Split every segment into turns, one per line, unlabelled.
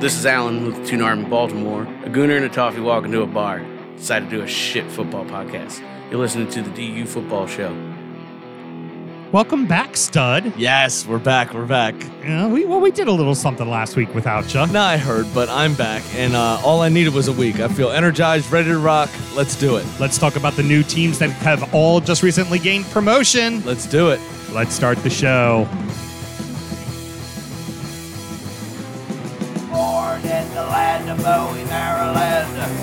This is Alan with Toon Arm in Baltimore, a gooner and a toffee walk into a bar. Decided to do a shit football podcast. You're listening to the DU Football Show.
Welcome back, stud.
Yes, we're back. We're back.
Uh, we, well, we did a little something last week without you.
No, I heard, but I'm back, and uh, all I needed was a week. I feel energized, ready to rock. Let's do it.
Let's talk about the new teams that have all just recently gained promotion.
Let's do it.
Let's start the show.
born in the land of Bowie, Maryland.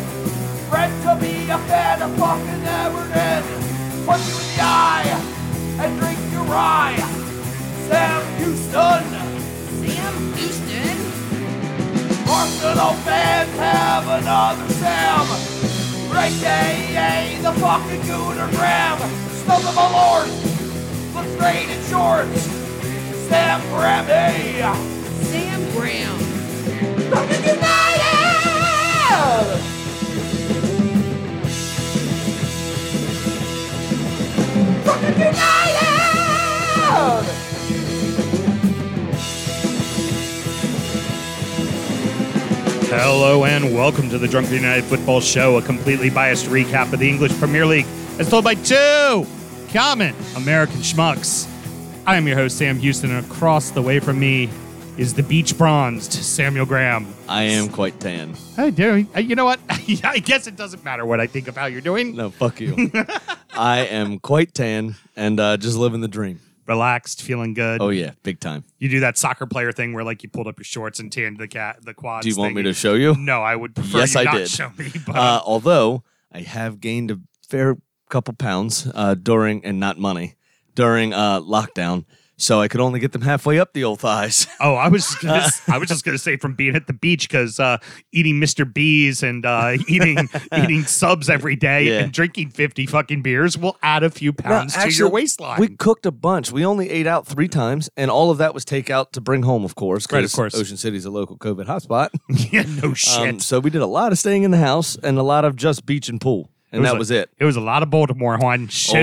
Bred to be a fan of fucking Everton. Punch you in the eye and drink your rye. Sam Houston. Sam Houston? Arsenal fans have another Sam. Great day, the fucking Gooner Graham. Stump of a lord. Looks great in shorts. Sam Grammy.
Sam Graham.
Fucking United! Fucking United!
Hello and welcome to the Drunken United Football Show, a completely biased recap of the English Premier League as told by two common American schmucks. I am your host, Sam Houston, and across the way from me is the beach bronzed Samuel Graham.
I am quite tan.
Hey, dude, you know what? I guess it doesn't matter what I think of how you're doing.
No, fuck you. I am quite tan and uh, just living the dream.
Relaxed, feeling good.
Oh yeah, big time.
You do that soccer player thing where like you pulled up your shorts and tanned the cat the quads.
Do you want me
thingy.
to show you?
No, I would prefer
Yes,
you
I
not
did.
show me. But
Uh, although I have gained a fair couple pounds uh, during and not money during uh, lockdown, so I could only get them halfway up the old thighs.
oh, I was just gonna, I was just gonna say from being at the beach because uh, eating Mr. B's and uh, eating eating subs every day
Yeah.
and drinking fifty fucking beers will add a few
No,
pounds to your waistline.
We cooked a bunch. We only ate out three times, and all of that was takeout to bring home, of course. 'cause
Right, of course.
Ocean City's a local COVID hotspot.
yeah, no shit.
Um, so we did a lot of staying in the house and a lot of just beach and pool, and that
a-
was it.
It was a lot of Baltimore one. So
Oh,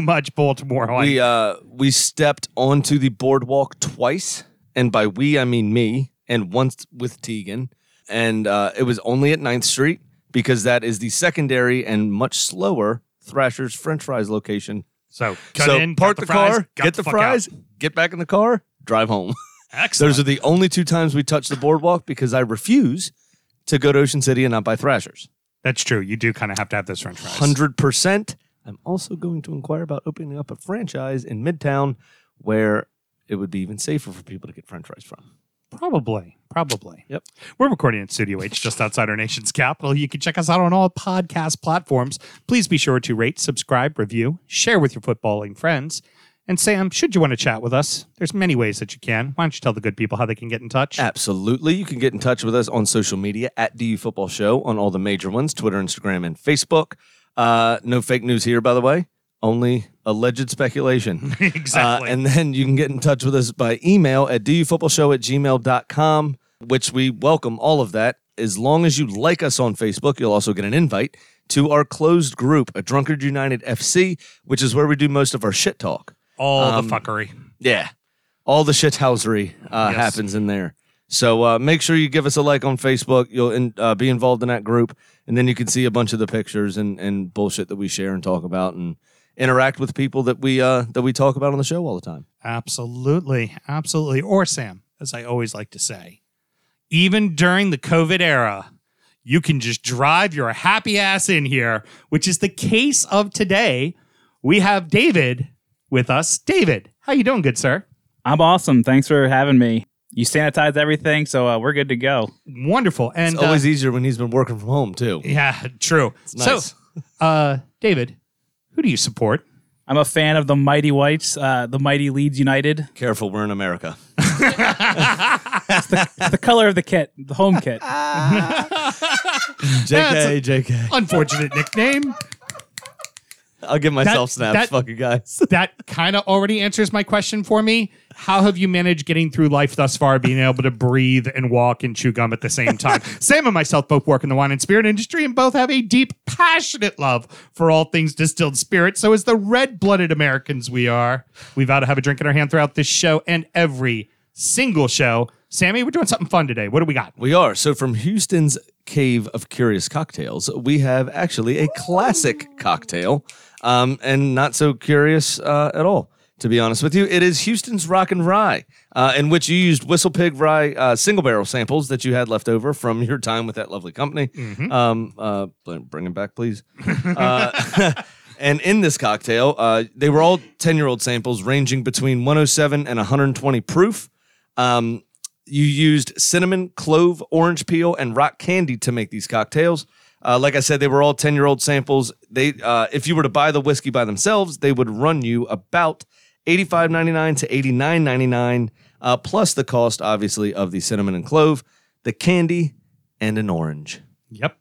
much Baltimore one.
We uh, we stepped onto the boardwalk twice, and by we I mean me, and once with Tegan, and uh, it was only at 9th Street because that is the secondary and much slower Thrasher's French fries location.
so cut
so
in,
park
got
the,
the, fries,
car,
got
get
the,
the,
fuck
fries,
Out.
get back in the car, drive home.
Excellent.
Those are the only two times we touch the boardwalk because I refuse to go to Ocean City and not buy Thrashers.
That's true. You do kind of have to have those French fries.
Hundred percent. I'm also going to inquire about opening up a franchise in Midtown, where it would be even safer for people to get French fries from.
Probably. Probably.
Yep.
We're recording at Studio H just outside our nation's capital. You can check us out on all podcast platforms. Please be sure to rate, subscribe, review, share with your footballing friends. And Sam, should you want to chat with us, there's many ways that you can. Why don't you tell the good people how they can get in touch?
Absolutely. You can get in touch with us on social media at DU Football Show on all the major ones: Twitter, Instagram, and Facebook. Uh, no fake news here, by the way. Only alleged speculation.
exactly.
Uh, and then you can get in touch with us by email at dufootballshow at gmail.com, which we welcome all of that. As long as you like us on Facebook, you'll also get an invite to our closed group, a Drunkard United FC, which is where we do most of our shit talk.
all the fuckery.
Yeah. All the shithousery uh,
Yes.
happens in there. So uh, make sure you give us a like on Facebook. You'll in, uh, be involved in that group, and then you can see a bunch of the pictures and, and bullshit that we share and talk about, and interact with people that we uh, that we talk about on the show all the time.
Absolutely. Absolutely. Or Sam, as I always like to say, even during the COVID era, you can just drive your happy ass in here, which is the case of today. We have David with us. David, how you doing, good sir?
I'm awesome. Thanks for having me. You sanitized everything, so uh, we're good to go.
Wonderful. And
It's always
uh,
easier when he's been working from home too.
yeah, true.
nice.
So, uh, David, who do you support?
I'm a fan of the Mighty Whites, uh, the Mighty Leeds United.
Careful, we're in America.
It's the color of the kit, the home kit.
JK, JK.
Unfortunate nickname.
I'll give myself
That-
snaps,
that-
fucking guys.
that kind of already answers my question for me. How have you managed getting through life thus far, being able to breathe and walk and chew gum at the same time? Sam and myself both work in the wine and spirit industry and both have a deep, passionate love for all things distilled spirit. So, as the red blooded Americans we are, we vow to have a drink in our hand throughout this show and every single show. Sammy, we're doing something fun today. What do we got?
We are. So from Houston's Cave of Curious Cocktails, we have actually a classic cocktail um, and not so curious uh, at all, to be honest with you. It is Houston's Rock and Rye, uh, in which you used Whistle Pig Rye uh, single barrel samples that you had left over from your time with that lovely company. Um, uh, bl- bring them back, please. Uh, And in this cocktail, uh, they were all 10 year old samples ranging between 107 and 120 proof. Um, you used cinnamon, clove, orange peel, and rock candy to make these cocktails. Uh, like I said, they were all ten-year-old samples. They, uh, if you were to buy the whiskey by themselves, they would run you about eighty-five ninety-nine to eighty-nine ninety-nine, uh, plus the cost, obviously, of the cinnamon and clove, the candy, and an orange.
Yep.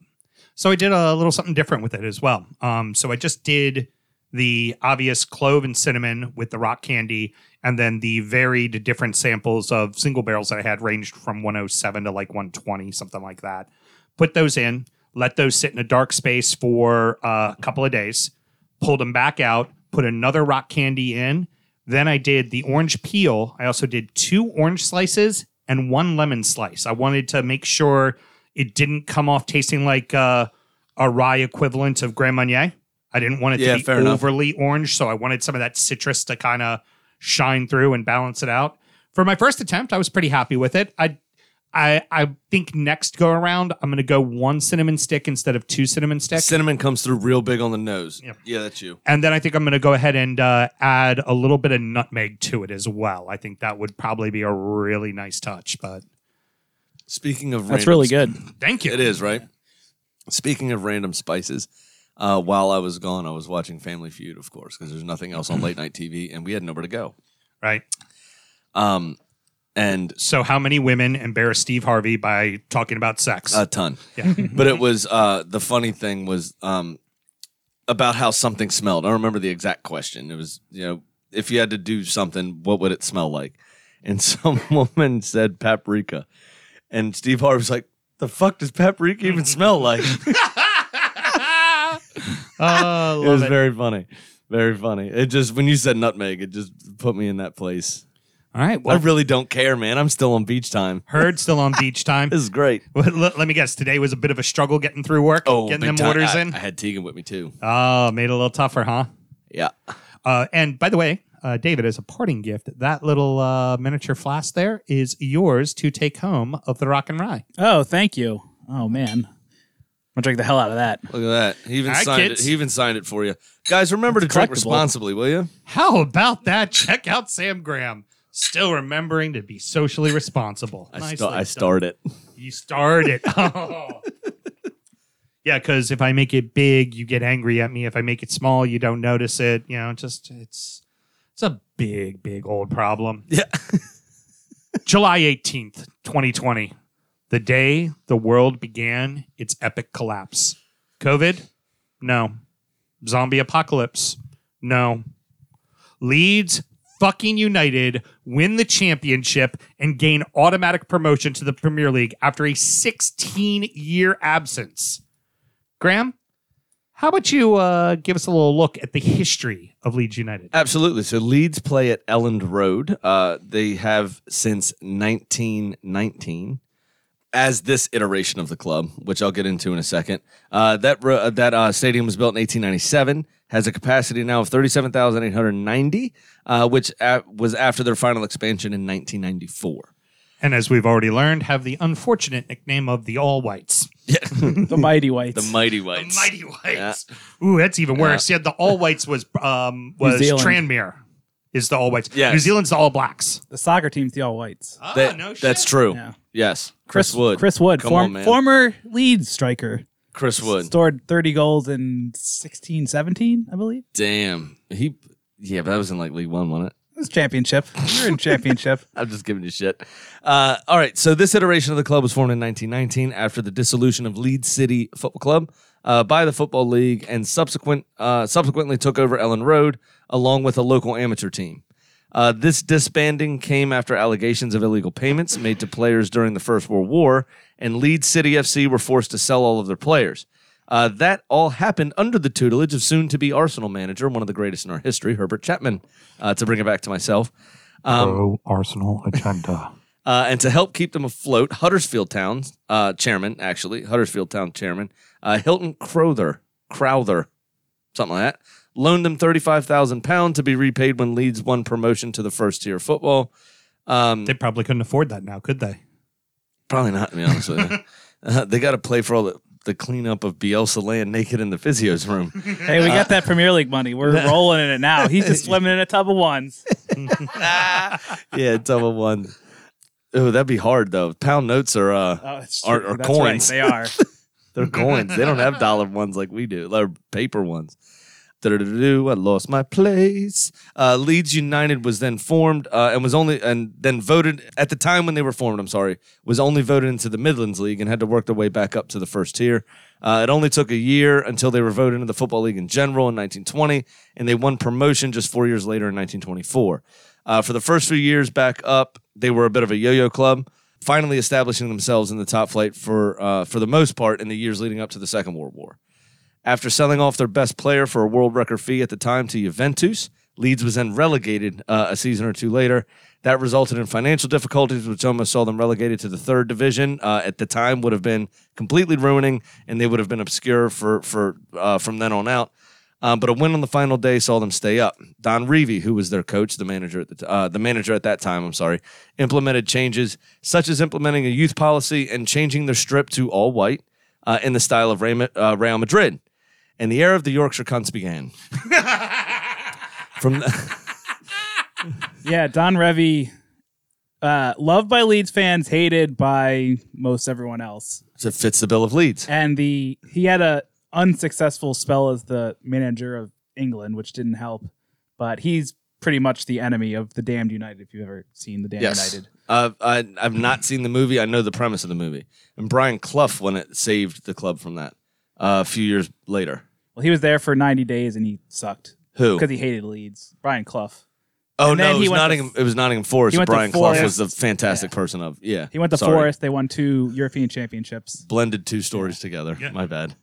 So I did a little something different with it as well. Um, so I just did the obvious clove and cinnamon with the rock candy, and then the varied different samples of single barrels that I had ranged from 107 to like 120, something like that. Put those in, let those sit in a dark space for uh, a couple of days, pulled them back out, put another rock candy in. Then I did the orange peel. I also did two orange slices and one lemon slice. I wanted to make sure it didn't come off tasting like uh, a rye equivalent of Grand Marnier. I didn't want it
Yeah,
to be
fair enough.
overly orange, so I wanted some of that citrus to kind of shine through and balance it out. For my first attempt, I was pretty happy with it. I I I think next go around, I'm going to go one cinnamon stick instead of two cinnamon sticks.
Cinnamon comes through real big on the nose. Yeah, that's you.
And then I think I'm going to go ahead and uh, add a little bit of nutmeg to it as well. I think that would probably be a really nice touch. But
Speaking of,
That's
random
really good.
thank you.
It is, right? Speaking of random spices, uh, while I was gone, I was watching Family Feud, of course, because there's nothing else on late night TV and we had nowhere to go.
right.
Um, and
So, how many women embarrass Steve Harvey by talking about sex?
a ton.
Yeah.
but it was uh, the funny thing was um, about how something smelled. I don't remember the exact question. It was, you know, if you had to do something, what would it smell like? And some woman said paprika. And Steve Harvey was like, the fuck does paprika even smell like?
Oh,
it was
love it.
very funny. Very funny. It just when you said nutmeg, it just put me in that place.
All right.
I
Well,
really don't care, man. I'm still on beach time.
heard still on beach time.
This is great.
Well, let, let me guess. Today was a bit of a struggle getting through work, getting
Oh, big
them
time.
orders
I,
in.
I had Tegan with me too.
oh, made it a little tougher, huh?
Yeah.
Uh, and by the way, uh, David, as a parting gift, that little uh, miniature flask there is yours to take home of the Rock and Rye.
Oh, thank you. Oh man, I'm gonna drink the hell out of that.
Look at that. He even
All right,
signed
kids.
it. He even signed it for you. Guys, remember to drink
collectible.
responsibly, will you?
How about that? Check out Sam Graham. Still remembering to be socially responsible.
I,
Nicely
sta- I
done.
start it.
You start it. Oh. yeah, because if I make it big, you get angry at me. If I make it small, you don't notice it. You know, just it's it's a big, big old problem.
Yeah.
July 18th, 2020. The day the world began its epic collapse. COVID? No. Zombie apocalypse? No. Leeds fucking United win the championship and gain automatic promotion to the Premier League after a 16 year absence. Graham, how about you uh, give us a little look at the history of Leeds United?
Absolutely. So Leeds play at Elland Road. Uh, they have since 1919 as this iteration of the club, which I'll get into in a second. Uh, that ro- uh, that uh, stadium was built in 1897, has a capacity now of 37,890, uh, which a- was after their final expansion in 1994.
And as we've already learned, have the unfortunate nickname of the All Whites.
The mighty whites.
The Mighty
The
Whites.
Mighty Whites. Ooh, that's even worse. Yeah, the All Whites was um was
Zealand.
Tranmere is the All Whites.
Yes.
New Zealand's the All Blacks.
The soccer team's the all whites.
Ah,
That- That's true.
Yeah.
Yes. Chris, Wood.
Chris Wood,
Come
form,
on, man.
former lead striker,
Chris Wood.
scored 30 goals in 16, 17, I believe.
Damn. He. Yeah, but that was in like League One, wasn't it?
It was championship. You're in championship.
I'm just giving you shit. Uh, all right. So this iteration of the club was formed in 1919 after the dissolution of Leeds City Football Club uh, by the Football League, and subsequent uh, subsequently took over Ellen Road along with a local amateur team. Uh, this disbanding came after allegations of illegal payments made to players during the First World War, and Leeds City FC were forced to sell all of their players. Uh, that all happened under the tutelage of soon to be Arsenal manager, one of the greatest in our history, Herbert Chapman, uh, to bring it back to myself. Um,
Arsenal agenda.
Uh, and to help keep them afloat, Huddersfield Town uh, chairman, actually, Huddersfield Town chairman, uh, Hilton Crowther, Crowther, something like that, loaned them £35,000 to be repaid when Leeds won promotion to the first tier of football. Um,
They probably couldn't afford that now, could they?
Probably not, to be honest with you. Uh, they got to play for all the, the cleanup of Bielsa laying naked in the physio's room.
Hey, we got that Premier League money. We're rolling in it now. He's just swimming in a tub of ones.
yeah, double one. Oh, that'd be hard though. Pound notes are uh,
Oh, it's
Or-
true.
or
That's right.
coins.
They are.
they're coins. they don't have dollar ones like we do. They're paper ones. Do-do-do-do, I lost my place. Uh, Leeds United was then formed uh, and was only and then voted at the time when they were formed. I'm sorry, was only voted into the Midlands League and had to work their way back up to the first tier. Uh, it only took a year until they were voted into the Football League in general in 1920, and they won promotion just four years later in 1924. Uh, for the first few years back up, they were a bit of a yo-yo club, finally establishing themselves in the top flight for uh, for the most part in the years leading up to the Second World War. After selling off their best player for a world record fee at the time to Juventus, Leeds was then relegated uh, a season or two later. That resulted in financial difficulties, which almost saw them relegated to the third division. Uh, at the time, would have been completely ruining, and they would have been obscure for for uh, from then on out. Um, but a win on the final day saw them stay up. Don Revie, who was their coach, the manager at the t- uh, the manager at that time, I'm sorry, implemented changes such as implementing a youth policy and changing their strip to all white uh, in the style of Ray, uh, Real Madrid. And the era of the Yorkshire cunts began. From the-
Yeah, Don Revy, uh, loved by Leeds fans, hated by most everyone else.
so it fits the bill of Leeds.
And the he had a unsuccessful spell as the manager of England, which didn't help. But he's pretty much the enemy of the Damned United. If you've ever seen the Damned
Yes.
United,
Uh, I, I've not seen the movie. I know the premise of the movie. And Brian Clough, when it saved the club from that uh, a few years later.
well, he was there for ninety days and he sucked
Who?
because he hated Leeds. Brian Clough.
Oh
and
no,
then
it was,
he went to-
Nottingham, it was Nottingham Forest.
He went to
Brian Clough was
Forest.
the fantastic person of yeah.
He went to
sorry.
Forest. They won two European championships.
Blended two stories together. My bad.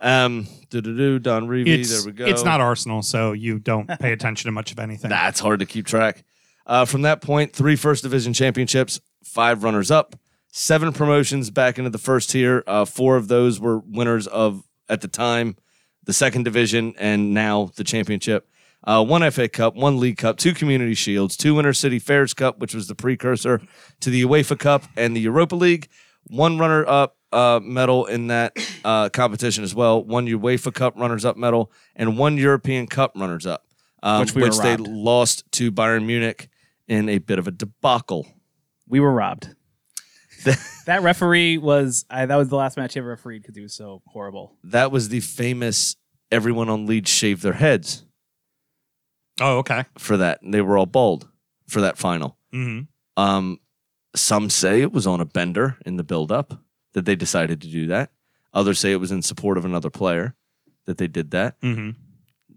Um, do do do Don Revie.
It's,
There we go.
it's not Arsenal, so you don't pay attention to much of anything.
That's hard to keep track. Uh, from that point, three first division championships, five runners up, seven promotions back into the first tier. Uh, four of those were winners of, at the time, the second division and now the championship. Uh, one FA Cup, one League Cup, two Community Shields, two Intercity Fairs Cup, which was the precursor to the UEFA Cup and the Europa League. One runner up uh, medal in that uh, competition as well. One UEFA Cup runners up medal and one European Cup runners up, um,
Which we were
they
robbed.
lost to Bayern Munich in a bit of a debacle.
We were robbed. that referee was I, that was the last match he ever refereed because he was so horrible.
That was the famous everyone on Leeds shaved their heads
Oh, okay.
for that. They were all bald for that final.
hmm
Um, some say it was on a bender in the build-up that they decided to do that. Others say it was in support of another player that they did that.
hmm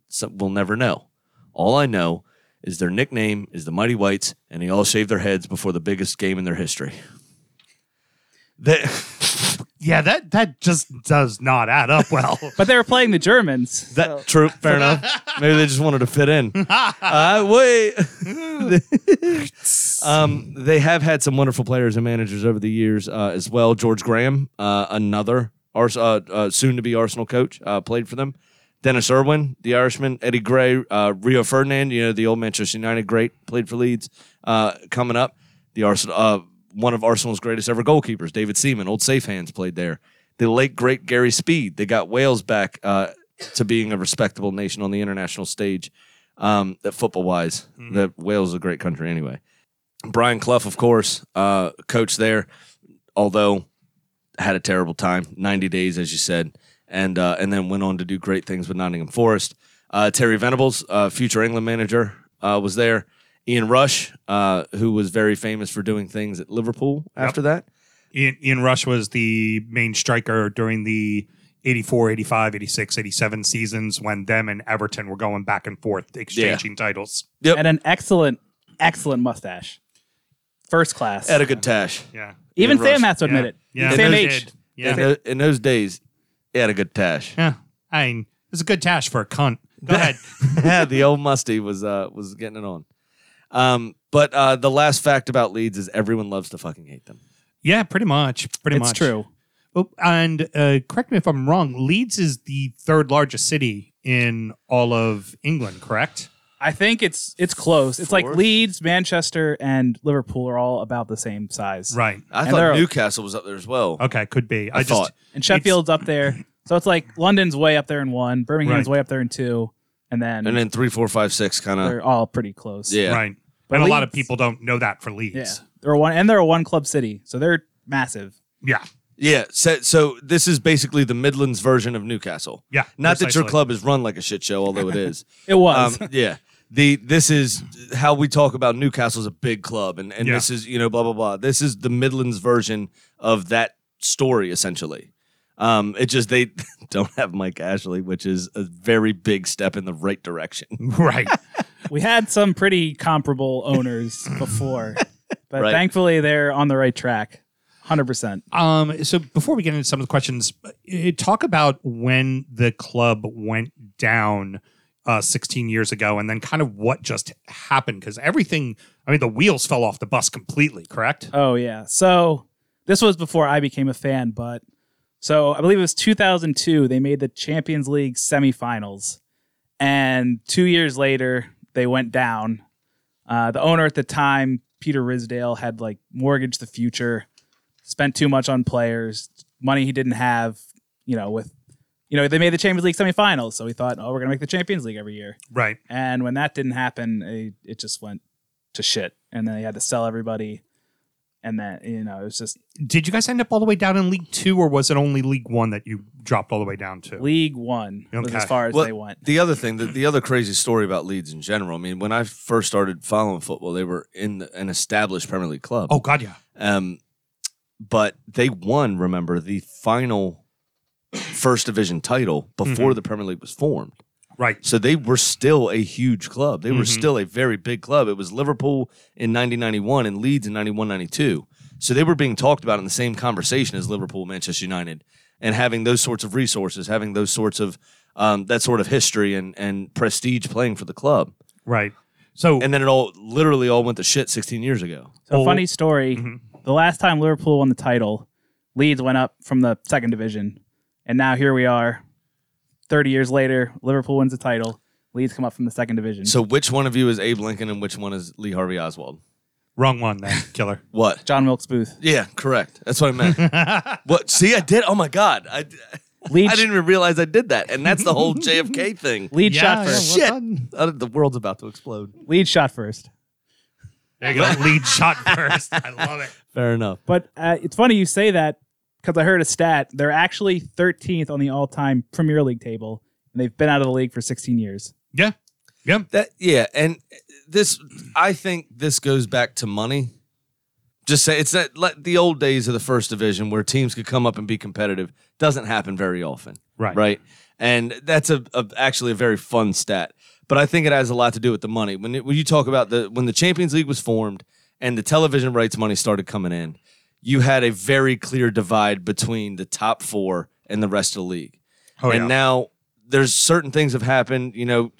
So we'll never know. All I know is their nickname is the Mighty Whites, and they all shave their heads before the biggest game in their history. They-
Yeah, that that just does not add up well.
But they were playing the Germans.
that true, fair enough. Maybe they just wanted to fit in. uh, wait. um, they have had some wonderful players and managers over the years uh, as well. George Graham, uh, another Ars- uh, uh, soon-to-be Arsenal coach, uh, played for them. Dennis Irwin, the Irishman, Eddie Gray, uh, Rio Ferdinand, you know the old Manchester United great, played for Leeds. Uh, coming up, the Arsenal, uh, one of Arsenal's greatest ever goalkeepers, David Seaman, old safe hands, played there. The late great Gary Speed, they got Wales back uh, to being a respectable nation on the international stage. Um, that football wise, that Wales is a great country anyway. Brian Clough, of course, uh, coach there, although had a terrible time, 90 days, as you said, and uh, and then went on to do great things with Nottingham Forest. Uh, Terry Venables, uh, future England manager, uh, was there. Ian Rush, uh, who was very famous for doing things at Liverpool after that.
Ian, Ian Rush was the main striker during the 84, 85, 86, 87 seasons when them and Everton were going back and forth exchanging titles.
Yep.
and an excellent, excellent mustache. First class.
Had a good tash.
Yeah.
Even
Rush.
Sam has to admit it.
Yeah.
Sam
Yeah.
H.
Yeah.
In, tho- in those days, he had a good tash.
Yeah. I mean, it's a good tash for a cunt. Go ahead.
yeah, the old musty was uh, was getting it on. Um, but uh, the last fact about Leeds is everyone loves to fucking hate them.
Yeah, pretty much. Pretty
it's
much.
true.
Oh, and uh, correct me if I'm wrong. Leeds is the third largest city in all of England. Correct.
I think it's it's close. It's like
Fourth?
Leeds, Manchester, and Liverpool are all about the same size.
Right.
I
And
thought
they're-
Newcastle was up there as well.
Okay. Could be. I, just.
thought.
And Sheffield's up there. So it's like London's way up there in one, Birmingham's
Right.
way up there in two, and then,
And then three, four, five, six, kind of.
they're all pretty close.
Yeah.
Right.
But
and a lot of
Leeds-
people don't know that for Leeds.
Yeah. They're one and they're a one club city. So they're massive.
Yeah.
Yeah. So, so this is basically the Midlands version of Newcastle.
Yeah,
Not that your
precisely.
club is run like a shit show, although it is.
It was.
Um, yeah. The this is how we talk about Newcastle's a big club, and, and
Yeah.
this is you know blah blah blah. This is the Midlands version of that story essentially. Um, it just they don't have Mike Ashley, which is a very big step in the right direction.
Right.
we had some pretty comparable owners before. But
Right.
thankfully they're on the right track. Hundred percent.
Um, so before we get into some of the questions, eh, talk about when the club went down uh, 16 years ago and then kind of what just happened. Because everything, I mean, the wheels fell off the bus completely, correct?
Oh yeah. So this was before I became a fan, but so I believe it was 2002. They made the Champions League semifinals, and two years later they went down. Uh, the owner at the time, Peter Risdale, had like mortgaged the future, spent too much on players, money he didn't have. You know, with you know they made the Champions League semifinals, so he thought, oh, we're gonna make the Champions League every year.
Right.
And when that didn't happen, it, it just went to shit. And then they had to sell everybody. And then, you know, it was just
Did you guys end up all the way down in League Two, or was it only League One that you dropped all the way down to?
League One was
Okay.
as far as
Well,
they went.
The other thing, the, the other crazy story about Leeds in general. I mean, when I first started following football, they were in the, an established Premier League club.
oh, God, yeah.
Um, but they won, remember, the final first division title before
Mm-hmm.
the Premier League was formed.
Right.
So they were still a huge club. They were
Mhm.
still a very big club. It was Liverpool in 1991 and Leeds in 91 92. So they were being talked about in the same conversation as Liverpool, Manchester United, and having those sorts of resources, having those sorts of um, that sort of history and, and prestige playing for the club.
Right. So,
And then it all literally all went to shit 16 years ago.
So,
Oh.
funny story the last time Liverpool won the title, Leeds went up from the second division. And now here we are, 30 years later, Liverpool wins the title. Leeds come up from the second division.
So which one of you is Abe Lincoln and which one is Lee Harvey Oswald?
wrong one then, killer.
What?
John Wilkes Booth.
Yeah, correct. That's what I meant. what? See, I did. Oh my god, I,
Leeds,
I didn't even realize I did that, and that's the whole JFK thing.
Leeds shot
Yeah,
first.
well
Shit,
done.
Uh, the world's about to explode.
Leeds shot first.
There you go. Lead shot first. I love it.
Fair enough.
But uh, it's funny you say that because I heard a stat. They're actually 13th on the all-time Premier League table, and they've been out of the league for 16 years.
Yeah. Yeah.
That yeah, and this I think this goes back to money. Just say it's that like the old days of the first division where teams could come up and be competitive doesn't happen very often.
Right.
Right. And that's a, a actually a very fun stat. But I think it has a lot to do with the money. When it, when you talk about the when the Champions League was formed and the television rights money started coming in, you had a very clear divide between the top 4 and the rest of the league
Oh,
and
yeah.
now there's certain things have happened. You know,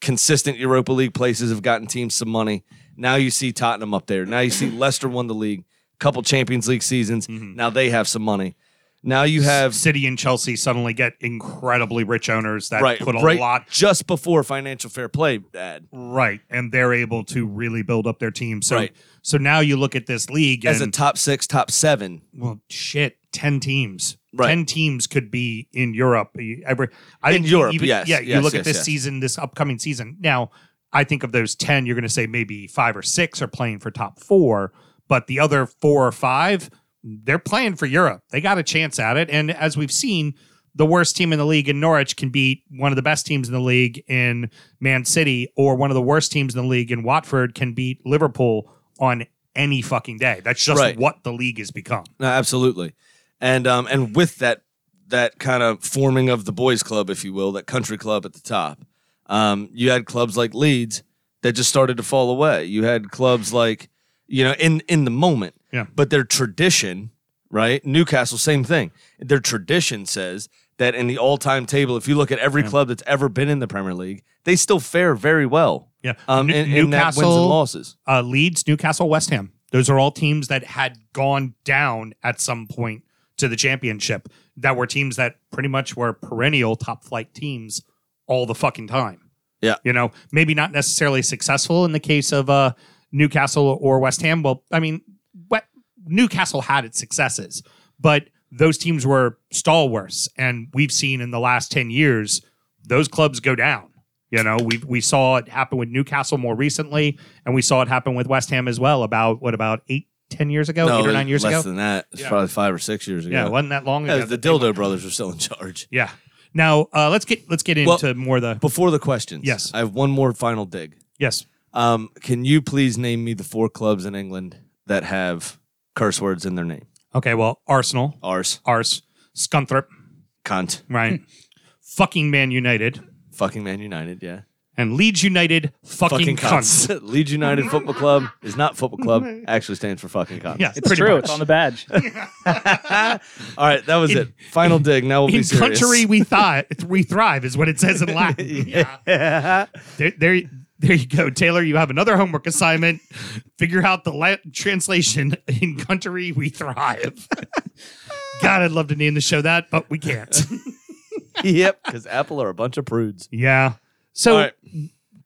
consistent Europa League places have gotten teams some money. Now you see Tottenham up there. Now you see Leicester won the league, couple Champions League seasons.
Mm.
Now they have some money. Now you have
Mm-hmm. City and Chelsea suddenly get incredibly rich owners that
right,
put a
right
lot
just before financial fair play. Dad,
right, and they're able to really build up their team. So,
Right.
so now you look at this league
as a
and
top six, top seven.
well, shit, ten teams,
Right.
ten teams could be in Europe. You- Every I
In
think
Europe, yes,
yeah. you
yes,
look
yes,
at this
yes.
season, this upcoming season. Now, I think of those ten, you're going to say maybe five or six are playing for top four, but the other four or five, they're playing for Europe. They got a chance at it, and as we've seen. The worst team in the league in Norwich can beat one of the best teams in the league in Man City, or one of the worst teams in the league in Watford can beat Liverpool on any fucking day. That's just
Right.
what the league has become.
No, absolutely. And um and with that that kind of forming of the boys club, if you will, that country club at the top, um, you had clubs like Leeds that just started to fall away. You had clubs like, you know, in in the moment.
Yeah.
But their tradition, right? Newcastle, same thing. Their tradition says that in the all-time table, if you look at every club that's ever been in the Premier League, they still fare very well.
Yeah.
um,
New-
in, in that wins and losses.
uh, Leeds, Newcastle, West Ham. Those are all teams that had gone down at some point to the championship. That were teams that pretty much were perennial top flight teams all the fucking time.
Yeah.
You know, maybe not necessarily successful in the case of uh, Newcastle or West Ham. Well, I mean, what Newcastle had its successes, but those teams were stalwarts, and we've seen in the last ten years those clubs go down. You know, we we saw it happen with Newcastle more recently, and we saw it happen with West Ham as well. About what about eight, ten years ago, eight or nine years
less
ago?
than that. It's
Yeah.
probably five or six years ago.
yeah, it wasn't that long ago.
Yeah, the
that they went-
Dildo Brothers are still in charge.
Yeah. Now uh, let's get let's get
Well-
into more the
Before the questions,
Yes.
I have one more final dig.
yes.
Um, can you please name me the four clubs in England that have curse words in their name?
Okay, well, Arsenal,
Arse,
Ars, Scunthorpe,
cunt,
right? fucking Man United
fucking Man United, yeah.
and Leeds United, fucking, cunts.
Leeds United Football Club is not football club. Actually stands for fucking cunts.
Yeah,
It's
pretty
true.
Much.
It's on the badge.
All right, that was
In-
it. Final dig. Now we'll be
in
serious.
country we thought we thrive is what it says in Latin. yeah. There, there, there you go, Taylor. You have another homework assignment. Figure out the Latin translation in country we thrive. God, I'd love to name the show that, but we can't.
yep, because Apple are a bunch of prudes.
yeah. So,
All right.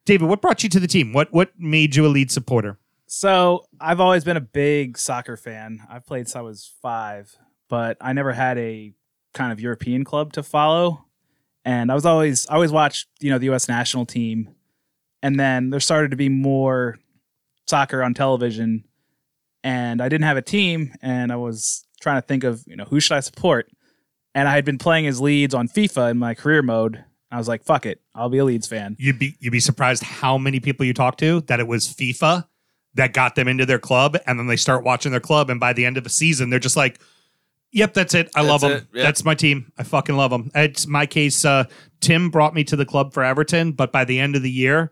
David, what brought you to the team? What what made you a lead supporter?
So I've always been a big soccer fan. I've played since I was five, but I never had a kind of European club to follow. And I was always I always watched, you know, the US national team. And then there started to be more soccer on television. And I didn't have a team and I was trying to think of, you know, who should I support? And I had been playing as Leeds on FIFA in my career mode. I was like, fuck it, I'll be a Leeds fan.
You'd be you'd be surprised how many people you talk to that it was FIFA that got them into their club, and then they start watching their club, and by the end of the season, they're just like, "Yep, that's it. I love
That's
'em. love them.
it, yeah.
That's my team. I fucking love them." It's my case. Uh, Tim brought me to the club for Everton, but by the end of the year,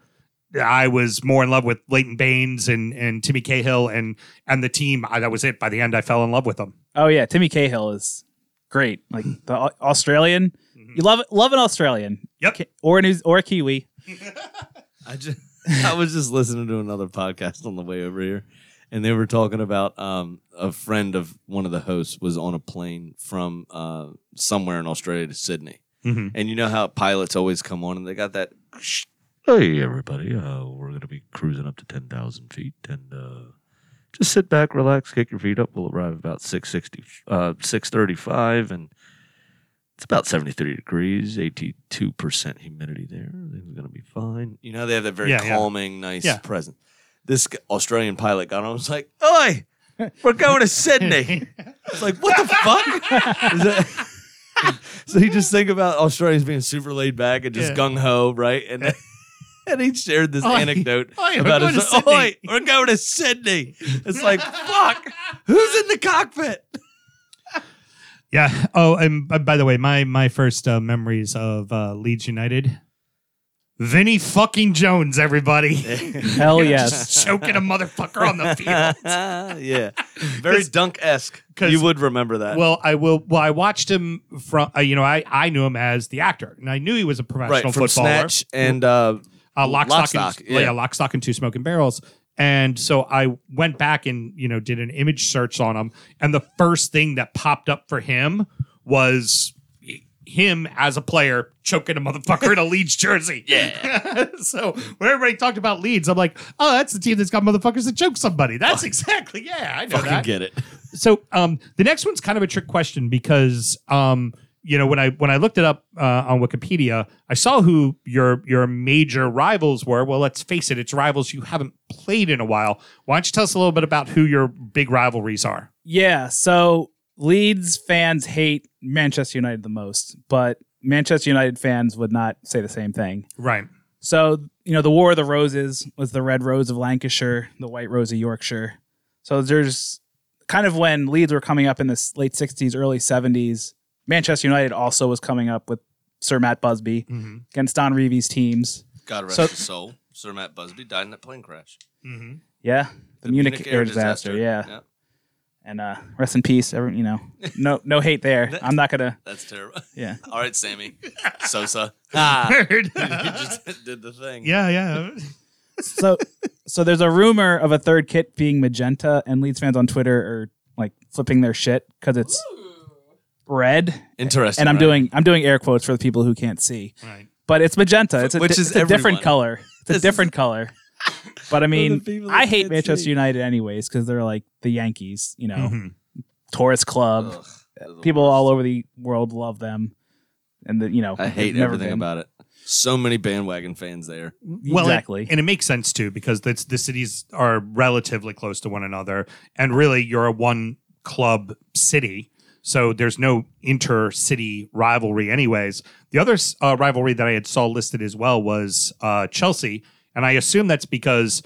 I was more in love with Leighton Baines and and Timmy Cahill and and the team. I, that was it. By the end, I fell in love with them.
Oh yeah, Timmy Cahill is great. Like the Au- Australian, you love love an Australian.
Yep.
Ki- Or an Uz- or a Kiwi.
I just I was just listening to another podcast on the way over here, and they were talking about um, a friend of one of the hosts was on a plane from uh, somewhere in Australia to Sydney,
Mhm.
and you know how pilots always come on and they got that.
Hey, everybody. Uh, we're going to be cruising up to 10,000 feet and uh, just sit back, relax, kick your feet up. We'll arrive about 660, uh, 635, and it's about 73 degrees, 82% humidity there. Everything's going to be fine.
You know they have that very
Yeah, yeah.
calming, nice
Yeah.
presence. This g- Australian pilot got on. and was like, "Oi, we're going to Sydney." It's like, what the fuck? Is that- so you just think about Australians being super laid back and just
Yeah.
gung ho, right? And and he shared this
Oi,
anecdote
oi, we're
about
going
his,
to Sydney.
"Oi, we're going to Sydney. It's like, fuck, who's in the cockpit?
Yeah. Oh, and b- by the way, my my first uh, memories of uh, Leeds United, Vinny fucking Jones, everybody,
Oh,
Hell yes.
just choking a motherfucker on the field.
yeah, very
'Cause-
dunk esque.
'cause-
You would remember that.
Well, I will. Well, I watched him from. Uh, you know, I I knew him as the actor, and I knew he was a professional
right from
footballer.
Snatch and uh,
uh, lock,
Lock,
stock,
Stock,
and, yeah.
yeah.
lock, stock, and two smoking barrels. And so I went back and you know did an image search on him, and the first thing that popped up for him was him as a player choking a motherfucker in a Leeds jersey. Yeah. so when everybody talked about Leeds, I'm like, oh, that's the team that's got motherfuckers that choke somebody. That's exactly yeah, I know
fucking
that
get it.
so um, the next one's kind of a trick question because um, you know when I when I looked it up uh, on Wikipedia, I saw who your your major rivals were. Well, let's face it, it's rivals you haven't played in a while. Why don't you tell us a little bit about who your big rivalries are?
Yeah. So Leeds fans hate Manchester United the most, but Manchester United fans would not say the same thing.
Right.
So, you know, the War of the Roses was the red rose of Lancashire, the white rose of Yorkshire. So there's kind of when Leeds were coming up in the s- late 60s, early 70s, Manchester United also was coming up with Sir Matt Busby against Don Reeves' teams.
God rest
So-
his soul. Sir Matt Busby died in that plane crash.
Yeah. The, Munich, air disaster. Yeah. And uh, rest in peace. Every, you know, no no hate there. I'm not going to.
that's terrible.
Yeah.
All right, Uh, Sammy. Sosa. Ah. you just did the thing.
yeah, yeah.
so so there's a rumor of a third kit being magenta, and Leeds fans on Twitter are like flipping their shit because it's red.
Interesting.
And I'm
right?
doing I'm doing air quotes for the people who can't see.
Right.
But it's magenta. It's a,
Which
di-
is
it's a different
everyone.
color. It's a different color. But I mean,
people that
I hate
can't
Manchester
see.
United anyways because they're like the Yankees, you know,
Mhm.
tourist club.
Mm-hmm. Ugh, that is the
uh, people
worst.
all over the world love them, and the, you know
I
they've
hate
never
everything
been-
about it. So many bandwagon fans there.
Well, it-
exactly.
and it makes sense too because the, the cities are relatively close to one another, and really you're a one club city, so there's no inter-city rivalry, anyways. The other uh, rivalry that I had saw listed as well was uh, Chelsea, and I assume that's because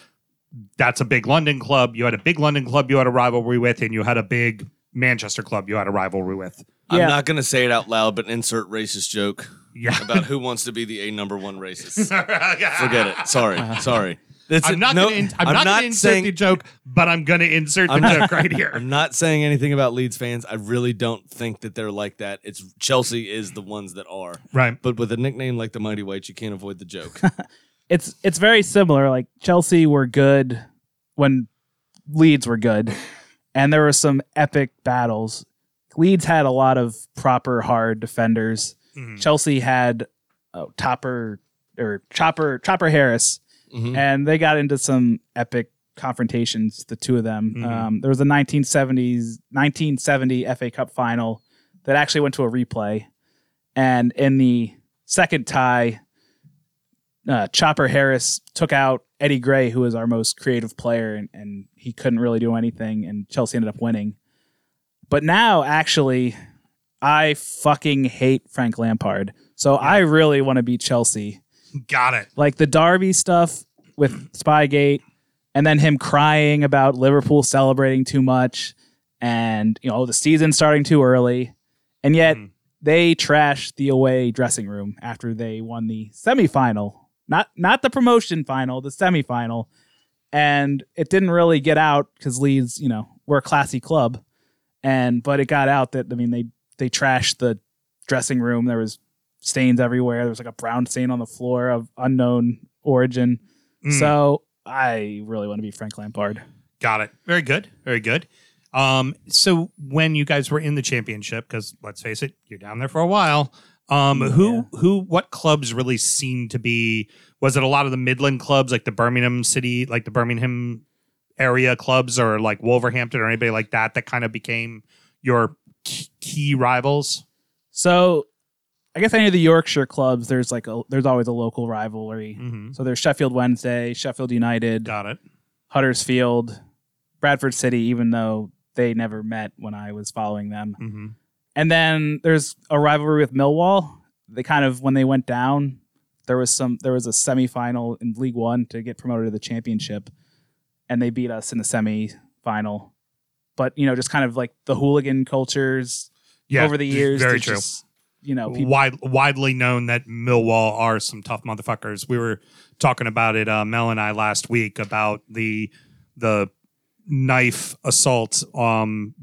that's a big London club. You had a big London club you had a rivalry with, and you had a big Manchester club you had a rivalry with.
Yeah.
I'm not going to say it out loud, but insert racist joke
Yeah,
about who wants to be the a number one racist. Forget it. Sorry.
Uh-huh.
Sorry. It's-
I'm not
no,
gonna. In, I'm, not, gonna insert
saying,
the joke, but I'm gonna insert the
I'm
joke right here.
I'm not saying anything about Leeds fans. I really don't think that they're like that. It's Chelsea is the ones that are.
right.
But with a nickname like the Mighty Whites, you can't avoid the joke.
it's it's very similar. Like Chelsea were good when Leeds were good, and there were some epic battles. Leeds had a lot of proper hard defenders.
Hmm.
Mhm.
Chelsea had oh, Topper or Chopper Chopper Harris,
Mhm.
and they got into some epic confrontations. The two of them.
Mhm.
Um, there was a 1970s 1970 FA Cup final that actually went to a replay, and in the second tie, uh, Chopper Harris took out Eddie Gray, who was our most creative player, and, and he couldn't really do anything, and Chelsea ended up winning. But now, actually, I fucking hate Frank Lampard. So I really want to beat Chelsea
Got it.
like the Darby stuff with Spygate, and then him crying about Liverpool celebrating too much, and you know oh, the season starting too early, and yet
Mhm.
they trashed the away dressing room after they won the semifinal, not not the promotion final, the semifinal, and it didn't really get out because Leeds, you know, were a classy club, and but it got out that I mean they they trashed the dressing room. There was stains everywhere. There was like a brown stain on the floor of unknown origin.
Mm.
So I really want to be Frank Lampard.
Got it. Very good. Very good. Um, so when you guys were in the championship, because let's face it, you're down there for a while. Um, who, who, what clubs really seemed to be? Was it a lot of the Midland clubs, like the Birmingham City, like the Birmingham area clubs, or like Wolverhampton, or anybody like that that kind of became your key, key rivals?
So I guess any of the Yorkshire clubs, there's like a there's always a local rivalry.
Mm-hmm.
So there's Sheffield Wednesday, Sheffield United,
Got it.
Huddersfield, Bradford City, even though they never met when I was following them.
Mm-hmm.
And then there's a rivalry with Millwall. They kind of when they went down, there was some there was a semifinal in League One to get promoted to the championship, and they beat us in the semifinal. But you know, just kind of like the hooligan cultures
Yeah,
over the years.
very
there's
true.
just, you know, people.
Uh, wide, widely known that Millwall are some tough motherfuckers. We were talking about it, uh, Mel and I last week about the the knife assault um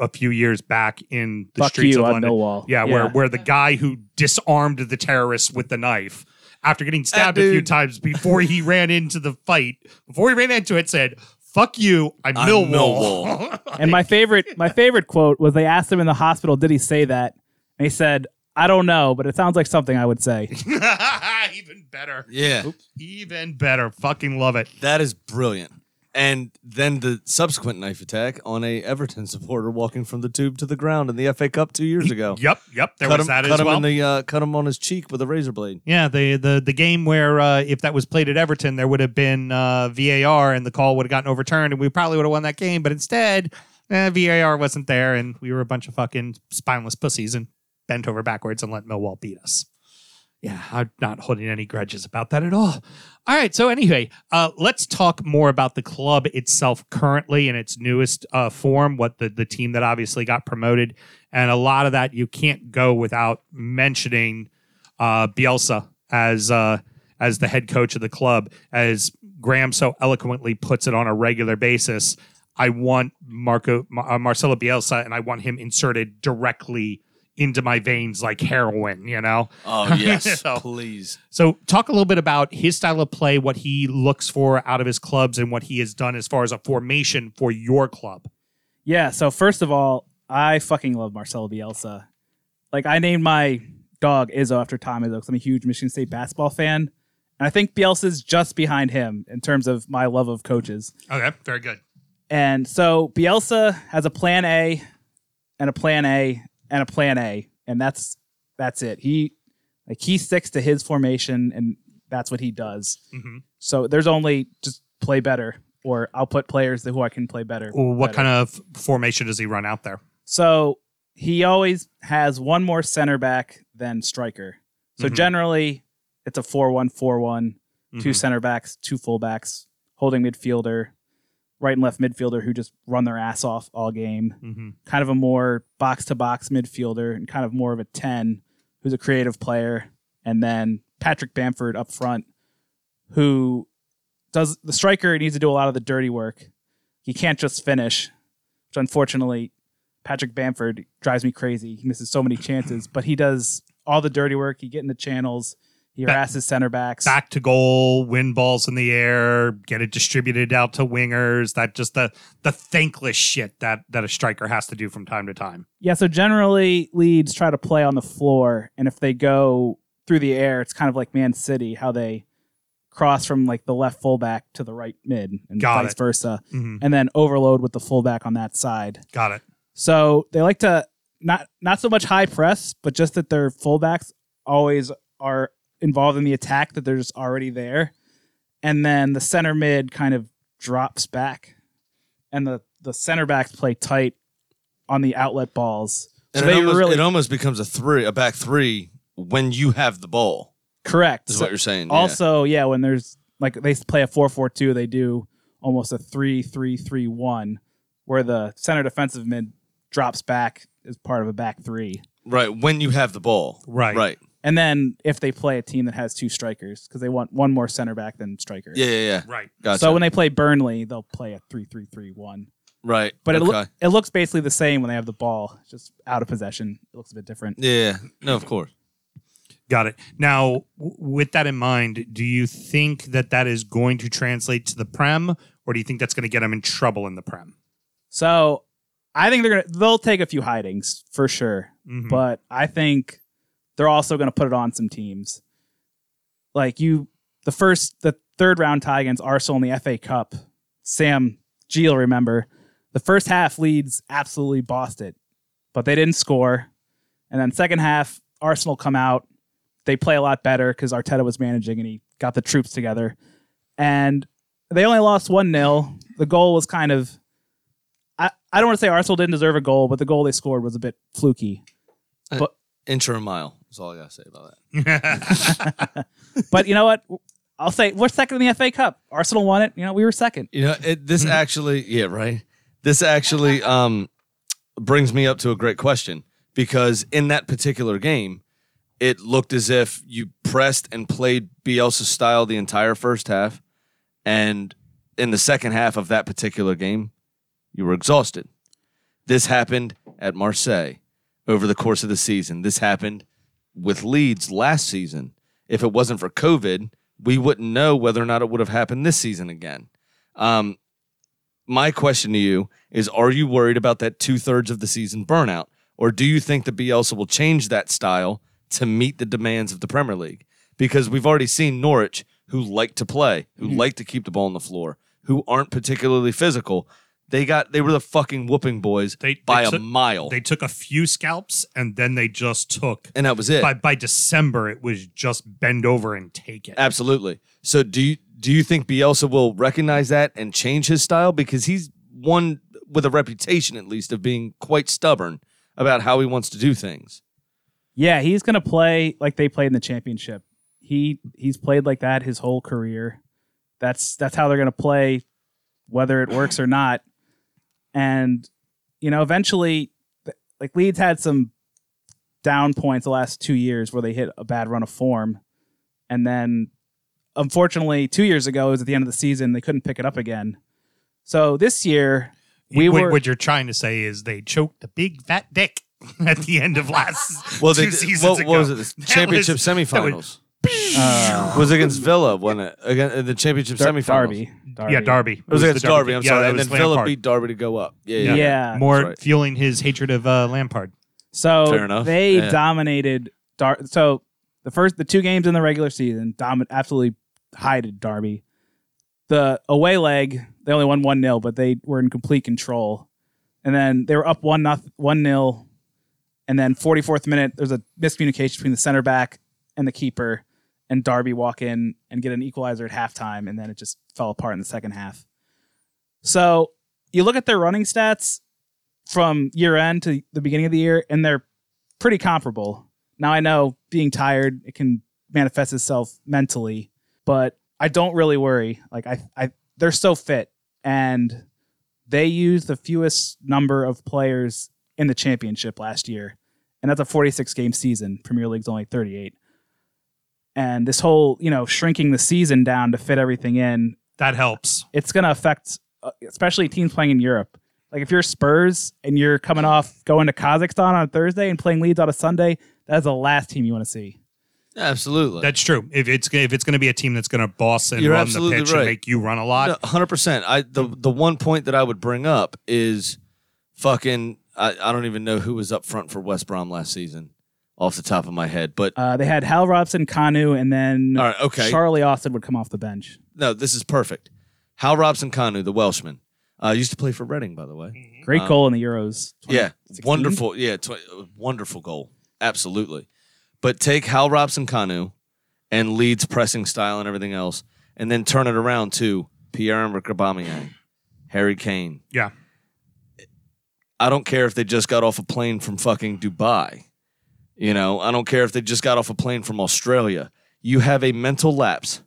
a few years back in the
Fuck
streets
you,
of
I'm
London.
Millwall.
Yeah, where where the guy who disarmed the terrorists with the knife after getting stabbed a few
dude.
times before he ran into the fight, before he ran into it, said, "Fuck you, I'm,
I'm
Millwall."
And my favorite, my favorite quote was they asked him in the hospital, "Did he say that?" And he said, "I don't know, but it sounds like something I would say."
Even better.
yeah.
Even better. Fucking love it.
That is brilliant. And then the subsequent knife attack on a Everton supporter walking from the tube to the ground in the FA Cup two years ago.
Yep, yep. There
cut
was
him,
that
cut
as
him
well.
in the uh, cut him on his cheek with a razor blade.
yeah, the the the game where uh, if that was played at Everton, there would have been uh, VAR and the call would have gotten overturned, and we probably would have won that game. But instead, eh, VAR wasn't there, and we were a bunch of fucking spineless pussies and bent over backwards and let Millwall beat us. Yeah, I'm not holding any grudges about that at all. All right, so anyway, uh, let's talk more about the club itself currently in its newest uh, form. What the the team that obviously got promoted, and a lot of that you can't go without mentioning uh, Bielsa as uh, as the head coach of the club, as Graham so eloquently puts it on a regular basis. I want Marco Mar- uh, Marcelo Bielsa, and I want him inserted directly into my veins like heroin, you know?
Oh yes,
So-
please.
So, talk a little bit about his style of play, what he looks for out of his clubs, and what he has done as far as a formation for your club.
Yeah. So first of all, I fucking love Marcelo Bielsa. Like I named my dog Izzo after Tom Izzo because I'm a huge Michigan State basketball fan, and I think Bielsa's just behind him in terms of my love of coaches.
Okay, very good.
And so Bielsa has a plan A and a plan A and a plan A. And that's that's it. He like he sticks to his formation and that's what he does.
Mhm.
So there's only just play better or I'll put players who I can play better.
What
better.
kind of formation does he run out there?
So he always has one more center back than striker. So
Mhm.
generally, it's a 4 1 4 1, two
Mhm.
center backs, two fullbacks, holding midfielder, right and left midfielder who just run their ass off all game.
Mm-hmm.
Kind of a more box to box midfielder and kind of more of a 10 who's a creative player. And then Patrick Bamford up front who does the striker needs to do a lot of the dirty work. He can't just finish, which unfortunately Patrick Bamford drives me crazy. He misses so many chances, but he does all the dirty work. He get in the channels. He
Back-
harasses center backs.
Back to goal, win balls in the air, get it distributed out to wingers. That just the the thankless shit that that a striker has to do from time to time.
Yeah, so generally Leeds try to play on the floor, and if they go through the air, it's kind of like Man City, how they cross from like the left fullback to the right mid and
Got
vice
it.
versa,
Mhm.
and then overload with the fullback on that side.
Got it.
So they like to not not so much high press, but just that their fullbacks always are involved in the attack, that they're just already there. And then the center mid kind of drops back. And the, the center backs play tight on the outlet balls. So
And
they
it, almost,
really
it almost becomes a three, a back three when you have the ball.
correct.
Is
So
what you're saying. yeah.
also, yeah. when there's like they play a four four two, they do almost a three three three one, where the center defensive mid drops back as part of a back three.
right when you have the ball.
Right.
Right.
And then if they play a team that has two strikers, because they want one more center back than striker.
Yeah, yeah, yeah.
Right.
Gotcha.
So when they play Burnley, they'll play a three-three-three-one.
right,
But it,
okay.
loo- it looks basically the same when they have the ball, It's just out of possession. It looks a bit different.
yeah, no, of course.
Got it. Now, w- with that in mind, do you think that that is going to translate to the Prem, or do you think that's going to get him in trouble in the Prem?
So I think they're going to, they'll take a few hidings for sure.
Mhm.
But I think they're also going to put it on some teams. Like you, the first, the third round tie against Arsenal in the FA Cup, Sam G will remember. The first half, Leeds absolutely bossed it, but they didn't score. And then second half, Arsenal come out. They play a lot better because Arteta was managing and he got the troops together. And they only lost 1 0. The goal was kind of. I, I don't want to say Arsenal didn't deserve a goal, but the goal they scored was a bit fluky.
Inch or a mile. That's all I gotta say about that.
But you know what? I'll say we're second in the FA Cup. Arsenal won it. You know, we were second.
You know, it,
Mm-hmm.
this actually, yeah, right. This actually um, brings me up to a great question because in that particular game, it looked as if you pressed and played Bielsa's style the entire first half, and in the second half of that particular game, you were exhausted. This happened at Marseille over the course of the season. This happened with Leeds last season. If it wasn't for COVID, we wouldn't know whether or not it would have happened this season again. Um, my question to you is: Are you worried about that two thirds of the season burnout, or do you think the Bielsa will change that style to meet the demands of the Premier League? Because we've already seen Norwich, who like to play, who
Mm-hmm.
like to keep the ball on the floor, who aren't particularly physical. They got they were the fucking whooping boys
They- they
by a
took-
mile,
they took a few scalps, and then they just took.
and that was it.
By by December, it was just bend over and take it.
Absolutely. So do you do you think Bielsa will recognize that and change his style because he's one with a reputation at least of being quite stubborn about how he wants to do things.
Yeah, he's gonna play like they played in the championship. He he's played like that his whole career. That's that's how they're gonna play, whether it works or not. And you know, eventually, th- like Leeds had some down points the last two years where they hit a bad run of form, and then unfortunately, two years ago it was at the end of the season they couldn't pick it up again. So this year we
what,
were
what you're trying to say is they choked a big fat dick. at the end of last
Well,
two
they,
seasons
what,
ago.
what was it? The
That
championship
was-
semifinals.
was-
was against Villa, wasn't it? Against uh, the championship
Dar-
semifinals.
Darby. Darby.
Yeah, Darby.
It was, against
the
Darby.
game.
I'm
Yeah,
sorry.
that
and
was
then Villa
Lampard.
beat Darby to go up. Yeah, yeah.
Yeah.
more
That's right.
fueling his hatred of uh, Lampard.
So
Fair enough.
they
Yeah.
dominated Dar so the first the two games in the regular season domin- absolutely hided Derby. The away leg, they only won 1 0, but they were in complete control. And then they were up 1 noth- 1 0. And then 44th minute, there's a miscommunication between the center back and the keeper. And Derby walk in and get an equalizer at halftime. And then it just fell apart in the second half. So you look at their running stats from year end to the beginning of the year, and they're pretty comparable. Now I know being tired it can manifest itself mentally, but I don't really worry. Like I, I they're so fit, and they used the fewest number of players in the championship last year, and that's a 46 game season. Premier League's only 38, and this whole you know shrinking the season down to fit everything in
That helps.
it's going to affect uh, especially teams playing in Europe. Like if you're Spurs and you're coming off going to Kazakhstan on Thursday and playing Leeds on a Sunday, that's the last team you want to see.
Absolutely.
That's true. If it's if it's going to be a team that's going to boss and
You're
run the
absolutely
pitch
right.
and make you run a lot,
hundred percent. I the the one point that I would bring up is fucking. I, I don't even know who was up front for West Brom last season, off the top of my head. But
Uh, they had Hal Robson, Kanu, and then
All right, okay.
Charlie Austin would come off the bench.
no, this is perfect. Hal Robson Kanu, the Welshman, uh, used to play for Reading, by the way.
Great goal in the Euros. 20
Um, Yeah, wonderful. Yeah, tw- wonderful goal. Absolutely. But take Hal Robson Kanu and Leeds pressing style and everything else, and then turn it around to Pierre Emerick Aubameyang, Harry Kane.
yeah,
I don't care if they just got off a plane from fucking Dubai. You know, I don't care if they just got off a plane from Australia. You have a mental lapse.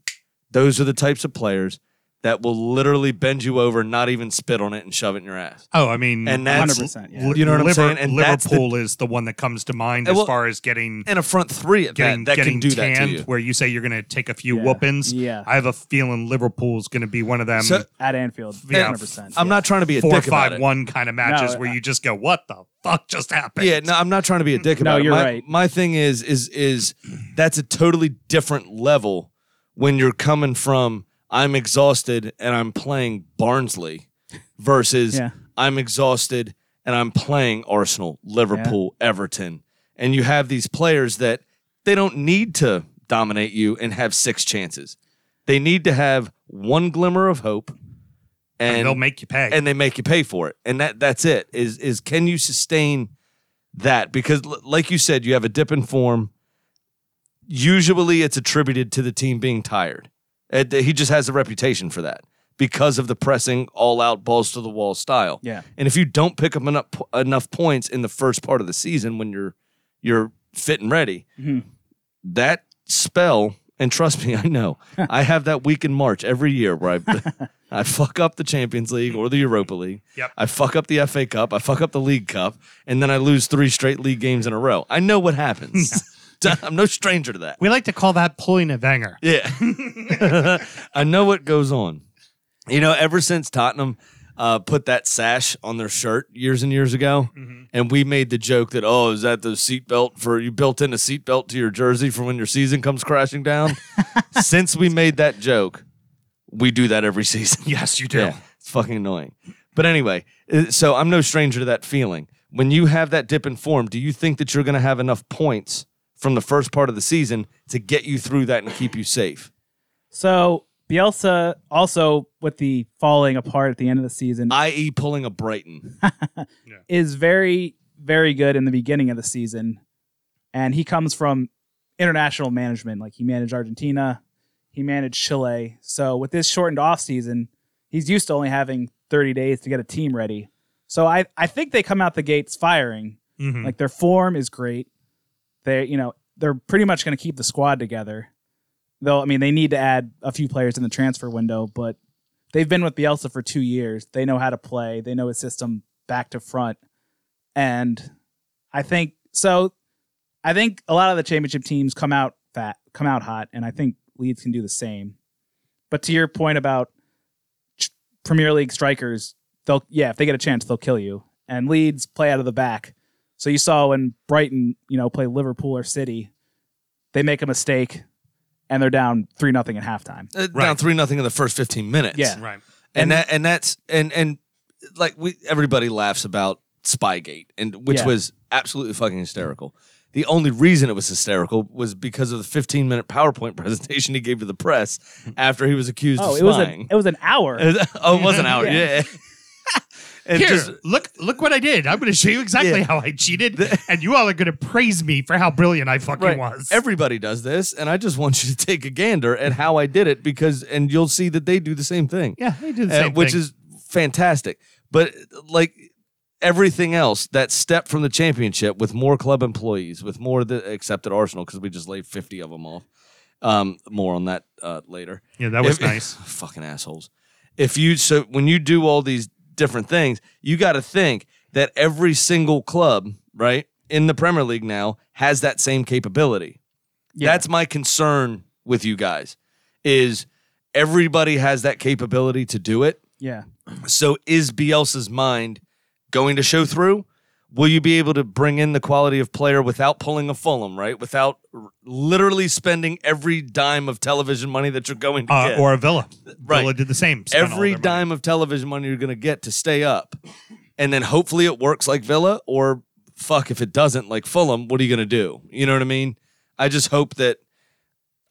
Those are the types of players that will literally bend you over, not even spit on it, and shove it in your ass.
Oh, I mean,
And that's-
100%, yeah.
You know what I'm
Liver-
saying? And that's the-
Liverpool is the one that comes to mind
Uh, well,
as far as getting
And a front three at
getting
that, that
getting
can do that
tanned,
to you.
where you say you're going to take a few
Yeah.
whoopings.
Yeah.
I have a feeling Liverpool's going to be one of them
So-
At Anfield,
Yeah.
100%.
I'm
yeah.
not trying to be a
four
dick about
five
it.
one kind of matches
No,
where
I-
you just go, "What the fuck just happened?"
Yeah, no, I'm not trying to be a dick
No,
about it.
you're
my,
right.
My thing is, is, is that's a totally different level when you're coming from I'm exhausted and I'm playing Barnsley versus
Yeah.
I'm exhausted and I'm playing Arsenal, Liverpool, Everton, and you have these players that they don't need to dominate you and have six chances. They need to have one glimmer of hope,
and,
and
they'll make you pay.
and they make you pay for it and that that's it is is can you sustain that because l- like you said you have a dip in form usually it's attributed to the team being tired And he just has a reputation for that because of the pressing all out balls to the wall style
Yeah.
and if you don't pick up enough, enough points in the first part of the season when you're you're fit and ready that spell and trust me i know i have that week in march every year where i i fuck up the champions league or the europa league
Yep.
i fuck up the fa cup i fuck up the league cup and then i lose three straight league games in a row i know what happens i'm no stranger to that
we like to call that pulling a banger.
yeah. I know what goes on. You know, ever since Tottenham uh, put that sash on their shirt years and years ago, and we made the joke that, oh, is that the seatbelt for you built in a seatbelt to your jersey for when your season comes crashing down? since we made that joke, we do that every season.
Yes, you do.
Yeah, it's fucking annoying. But anyway, uh, so I'm no stranger to that feeling. When you have that dip in form, do you think that you're going to have enough points from the first part of the season to get you through that and keep you safe?
So Bielsa also, with the falling apart at the end of the season,
I.e., E pulling a Brighton.
is very, very good in the beginning of the season. And he comes from international management. Like he managed Argentina, he managed Chile. So with this shortened off season, he's used to only having 30 days to get a team ready. So I, I think they come out the gates firing.
Mhm.
Like their form is great. They, you know, they're pretty much going to keep the squad together. Though, I mean, they need to add a few players in the transfer window, but they've been with Bielsa for two years. They know how to play. They know his system back to front. And I think so. I think a lot of the championship teams come out fat, come out hot, and I think Leeds can do the same. But to your point about ch- Premier League strikers, they'll yeah, if they get a chance, they'll kill you. And Leeds play out of the back, So you saw when Brighton, you know, play Liverpool or City, they make a mistake and they're down three nothing at halftime.
Uh, Down
Right.
three nothing in the first fifteen minutes.
Yeah.
Right.
and that and that's and and like we everybody laughs about Spygate and which
Yeah.
was absolutely fucking hysterical. The only reason it was hysterical was because of the 15 minute PowerPoint presentation he gave to the press after he was accused
Oh,
of
it was a,
spying.
it was an hour.
oh, it was an hour.
Yeah.
Yeah. and
Here,
just
look, look what I did. I'm going to show you exactly
Yeah.
how I cheated, and you all are going to praise me for how brilliant I fucking
right,
was.
everybody does this, and I just want you to take a gander at how I did it because, and you'll see that they do the same thing.
yeah, they do the
uh,
same
which
thing.
is fantastic. But like everything else, that step from the championship with more club employees, with more the, except at Arsenal because we just laid fifty of them off. Um, more on that uh, later.
yeah, that was
If-
nice.
fucking assholes. If you so when you do all these different things, you got to think that every single club, right, in the Premier League now has that same capability.
Yeah.
That's my concern with you guys is everybody has that capability to do it.
yeah.
So is Bielsa's mind going to show through? Will you be able to bring in the quality of player without pulling a Fulham, right? Without r- literally spending every dime of television money that you're going to
Uh,
get,
Or a Villa.
Right.
Villa did the same. Spent all
every
their money.
dime of television money you're going to get to stay up, and then hopefully it works like Villa, or fuck if it doesn't, like Fulham, what are you going to do? You know what I mean? I just hope that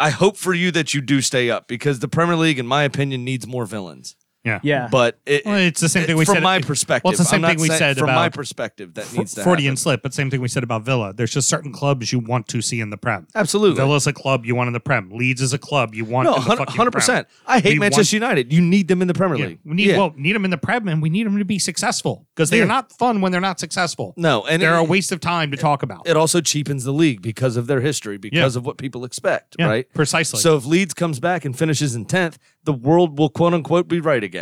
I hope for you that you do stay up because the Premier League, in my opinion, needs more villains.
Yeah.
But it,
Well, it's the same thing we
from
said-
my
it-
perspective.
well, it's the same
I'm not
thing we
saying-
said
from my
about
perspective that
F-
needs to
Freudian
happen.
slip, but same thing we said about Villa. There's just certain clubs you want to see in the Prem.
Absolutely.
Villa's a club you want in the Prem. Leeds is a club you want
No,
in the fucking Prem.
hundred percent. I hate
We want-
Manchester United. You need them in the Premier
Yeah,
League.
we need
Yeah.
well, need them in the Prem, and we need them to be successful because they
Yeah.
are not fun when they're not successful.
no, and
they're
it,
a waste of time to talk about.
it also cheapens the league because of their history, because of what people expect,
Yeah,
right?
Precisely.
So if Leeds comes back and finishes in tenth, the world will quote unquote be right again.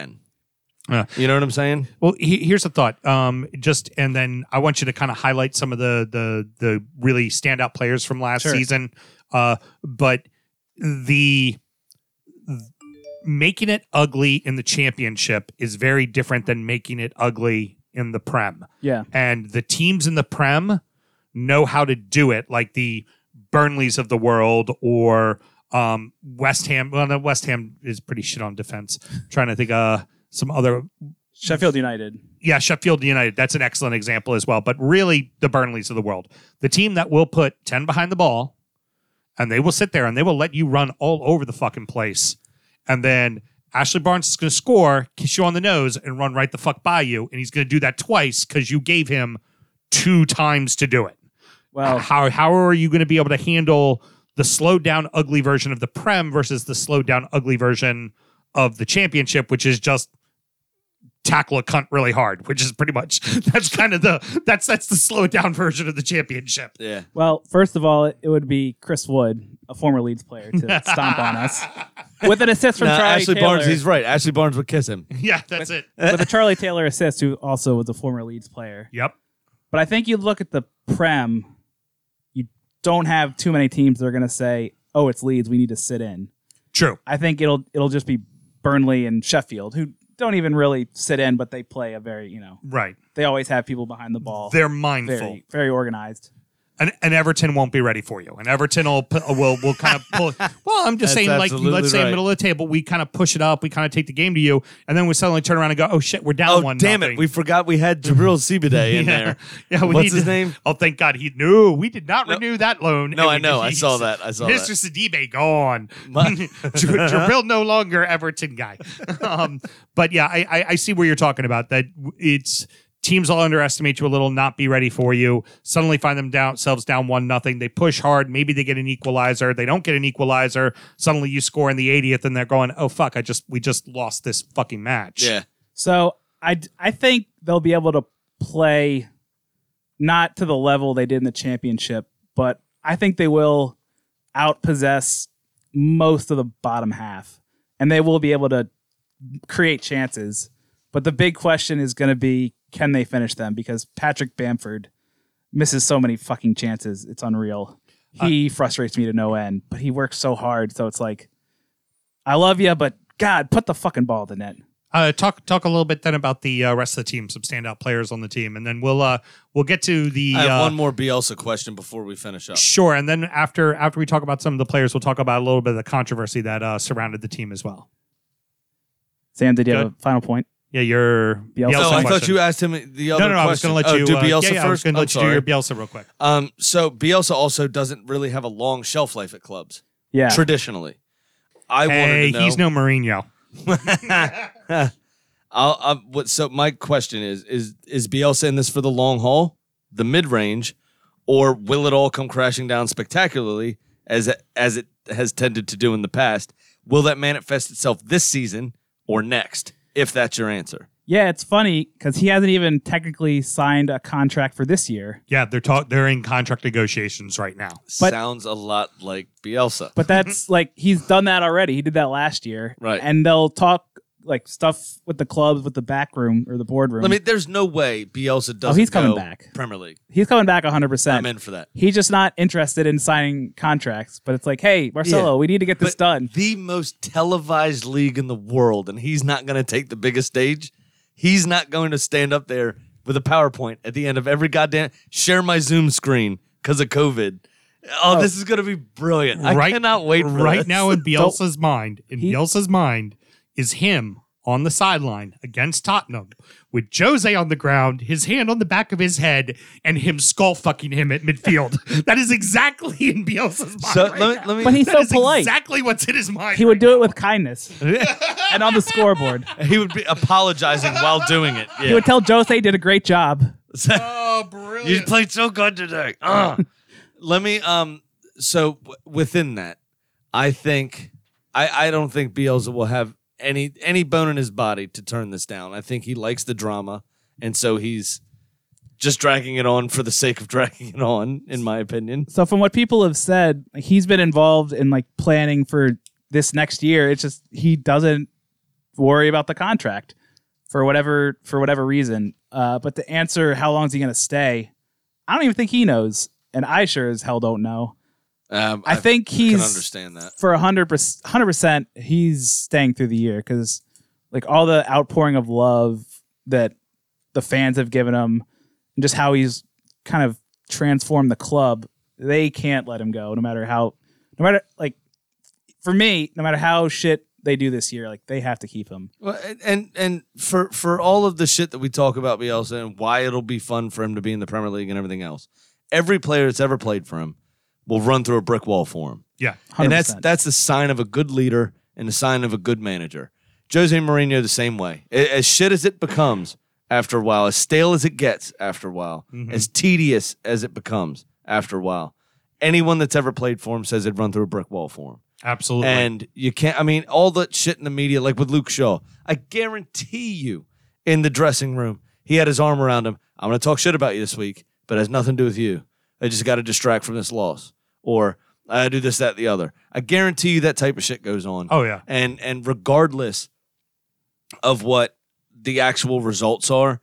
Yeah.
You know what I'm saying?
Well, he, here's a thought. Um, just and then I want you to kind of highlight some of the the the really standout players from last
Sure.
season. Uh, but the making it ugly in the championship is very different than making it ugly in the prem.
Yeah.
And the teams in the prem know how to do it, like the Burnleys of the world or um, West Ham. Well, no, West Ham is pretty shit on defense. trying to think uh some other
Sheffield United.
yeah, Sheffield United, that's an excellent example as well. But really, the Burnleys of the world, the team that will put 10 behind the ball and they will sit there and they will let you run all over the fucking place. And then Ashley Barnes is going to score, kiss you on the nose, and run right the fuck by you. And he's going to do that twice because you gave him two times to do it.
Oh.
Well,
How, how are you going to be able to handle the slowed down, ugly version of the Prem versus the slowed down, ugly version of the championship, which is just tackle a cunt really hard, which is pretty much that's kind of the that's that's the slowed down version of the championship.
Yeah.
well, first of all, it, it would be Chris Wood, a former Leeds player, to stomp on us with an assist from
Now,
Charlie
Ashley
Taylor.
Barnes, he's right. Ashley Barnes would kiss him.
Yeah, that's it.
with a Charlie Taylor assist, who also was a former Leeds player.
Yep.
But I think you look at the Prem, you don't have too many teams that are going to say, "Oh, it's Leeds, we need to sit in."
True.
I think it'll it'll just be Burnley and Sheffield who don't even really sit in, but they play a very you know
Right.
they always have people behind the ball.
They're mindful.
very very organized.
and, and Everton won't be ready for you. And Everton will pu- uh, will will kind of pull. Well, I'm just
That's
saying, like
absolutely
let's say
right.
middle of the table, we kind of push it up, we kind of take the game to you, and then we suddenly turn around and go, oh shit, we're down
Oh
one.
damn
nothing."
it! We forgot we had Jabril Sibiday in
yeah.
there.
Yeah, we need
What's his
to-
name?
Oh, thank God he knew. We did not renew that loan.
No,
and we
I know.
did-
I saw that. I saw that.
Mr. Sidibe gone.
My-
Jabril no longer Everton guy. Um, but yeah, I, I, I see where you're talking about. That it's teams all underestimate you a little, not be ready for you. Suddenly find them down, themselves down one nothing. They push hard. Maybe they get an equalizer. They don't get an equalizer. Suddenly you score in the 80th, and they're going, "Oh fuck! I just we just lost this fucking match."
Yeah.
So I d- I think they'll be able to play not to the level they did in the championship, but I think they will outpossess most of the bottom half, and they will be able to create chances. But the big question is going to be can they finish them? Because Patrick Bamford misses so many fucking chances. It's unreal. He frustrates me to no end, but he works so hard. So it's like, I love you, but God, put the fucking ball in the net.
uh, talk talk a little bit then about the uh, rest of the team, some standout players on the team, and then we'll uh, we'll get to the
I have
uh,
one more Bielsa question before we finish up.
sure, and then after after we talk about some of the players, we'll talk about a little bit of the controversy that uh, surrounded the team as well.
Sam, did you have a final point?
Yeah, your
Bielsa.
No,
Bielsa
I thought
question.
you asked him the
No,
other.
no, no. I was
question.
going to let you
oh, do
uh,
Bielsa
yeah, yeah, I was
first.
going to
I'm
let you do your
sorry.
Bielsa real quick.
Um, so Bielsa also doesn't really have a long shelf life at clubs
Yeah.
traditionally. I
hey,
wanted to know.
he's no Mourinho.
I'll, i what, so my question is: Is is Bielsa in this for the long haul, the mid range, or will it all come crashing down spectacularly as it- as it has tended to do in the past? Will that manifest itself this season or next? If that's your answer,
Yeah, it's funny because he hasn't even technically signed a contract for this year.
Yeah, they're talk. They're in contract negotiations right now.
But-
sounds a lot like Bielsa.
But that's like he's done that already. He did that last year.
Right.
And they'll talk like stuff with the clubs with the back room or the boardroom.
I mean, there's no way Bielsa doesn't.
Oh, he's coming
go
back.
Premier League.
he's coming back 100%.
I'm in for that.
He's just not interested in signing contracts, but it's like, hey, Marcelo,
Yeah.
we need to get this
But
done.
The most televised league in the world, and he's not going to take the biggest stage. He's not going to stand up there with a PowerPoint at the end of every goddamn share my Zoom screen because of COVID. Oh, this is going to be brilliant! I cannot wait. For
right
this.
now in Bielsa's mind, in
He-
Bielsa's mind is him on the sideline against Tottenham with Jose on the ground, his hand on the back of his head, and him skull fucking him at midfield. that is exactly in Bielsa's mind.
So
right
let
now.
me, let me.
But he's
That
so
is
polite.
exactly what's in his mind.
he would do it with kindness and on the scoreboard.
he would be apologizing while doing it.
He
Yeah.
would tell Jose did a great job.
oh,
You
brilliant.
played so good today. Uh. Let me. Um. So w- within that, I think I I don't think Bielsa will have any any bone in his body to turn this down. I think he likes the drama, and so he's just dragging it on for the sake of dragging it on. In my opinion,
So from what people have said, like, he's been involved in like planning for this next year. It's just he doesn't worry about the contract for whatever for whatever reason. Uh, but to answer how long is he going to stay, I don't even think he knows, and I sure as hell don't know.
um,
I, think
I
he's
can understand that.
for 100%, 100% he's staying through the year because like all the outpouring of love that the fans have given him and just how he's kind of transformed the club they can't let him go no matter how no matter like for me no matter how shit they do this year like they have to keep him
Well, and- and and for for all of the shit that we talk about Bielsa and why it'll be fun for him to be in the Premier League and everything else, every player that's ever played for him will run through a brick wall for him.
yeah.
100%.
And that's that's the sign of a good leader and the sign of a good manager. Jose Mourinho the same way. A- As shit as it becomes after a while, as stale as it gets after a while, as tedious as it becomes after a while. Anyone that's ever played for him says they'd run through a brick wall for him.
Absolutely.
And you can't, I mean, all that shit in the media, like with Luke Shaw, I guarantee you in the dressing room, he had his arm around him. I'm going to talk shit about you this week, but it has nothing to do with you. I just got to distract from this loss. Or I do this, that, the other. I guarantee you that type of shit goes on.
oh, yeah.
And and regardless of what the actual results are,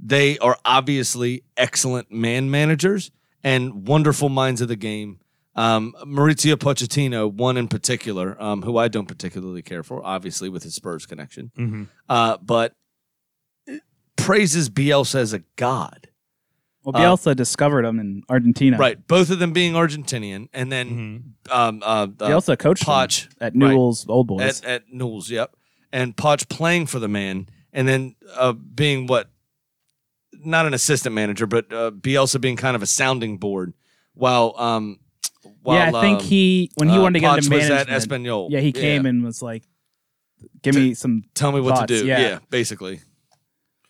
they are obviously excellent man managers and wonderful minds of the game. Um, Maurizio Pochettino, one in particular, um, who I don't particularly care for, obviously with his Spurs connection,
Mhm.
uh, but praises Bielsa as a god.
well
uh,
bielsa discovered him in argentina
Right, both of them being Argentinian, and then um, uh, uh,
Mm-hmm. bielsa coached him
Poch,
at
right.
newell's old boys
at, at Newell's, yep. And Poch playing for the man, and then uh, being what, not an assistant manager, but uh, Bielsa being kind of a sounding board. While, um, while
yeah i think
um,
he when he
uh,
wanted to
Poch
get into management
was at Espanol.
yeah he came and was like give me some
tell me what
thoughts,
to do.
yeah.
Yeah, basically,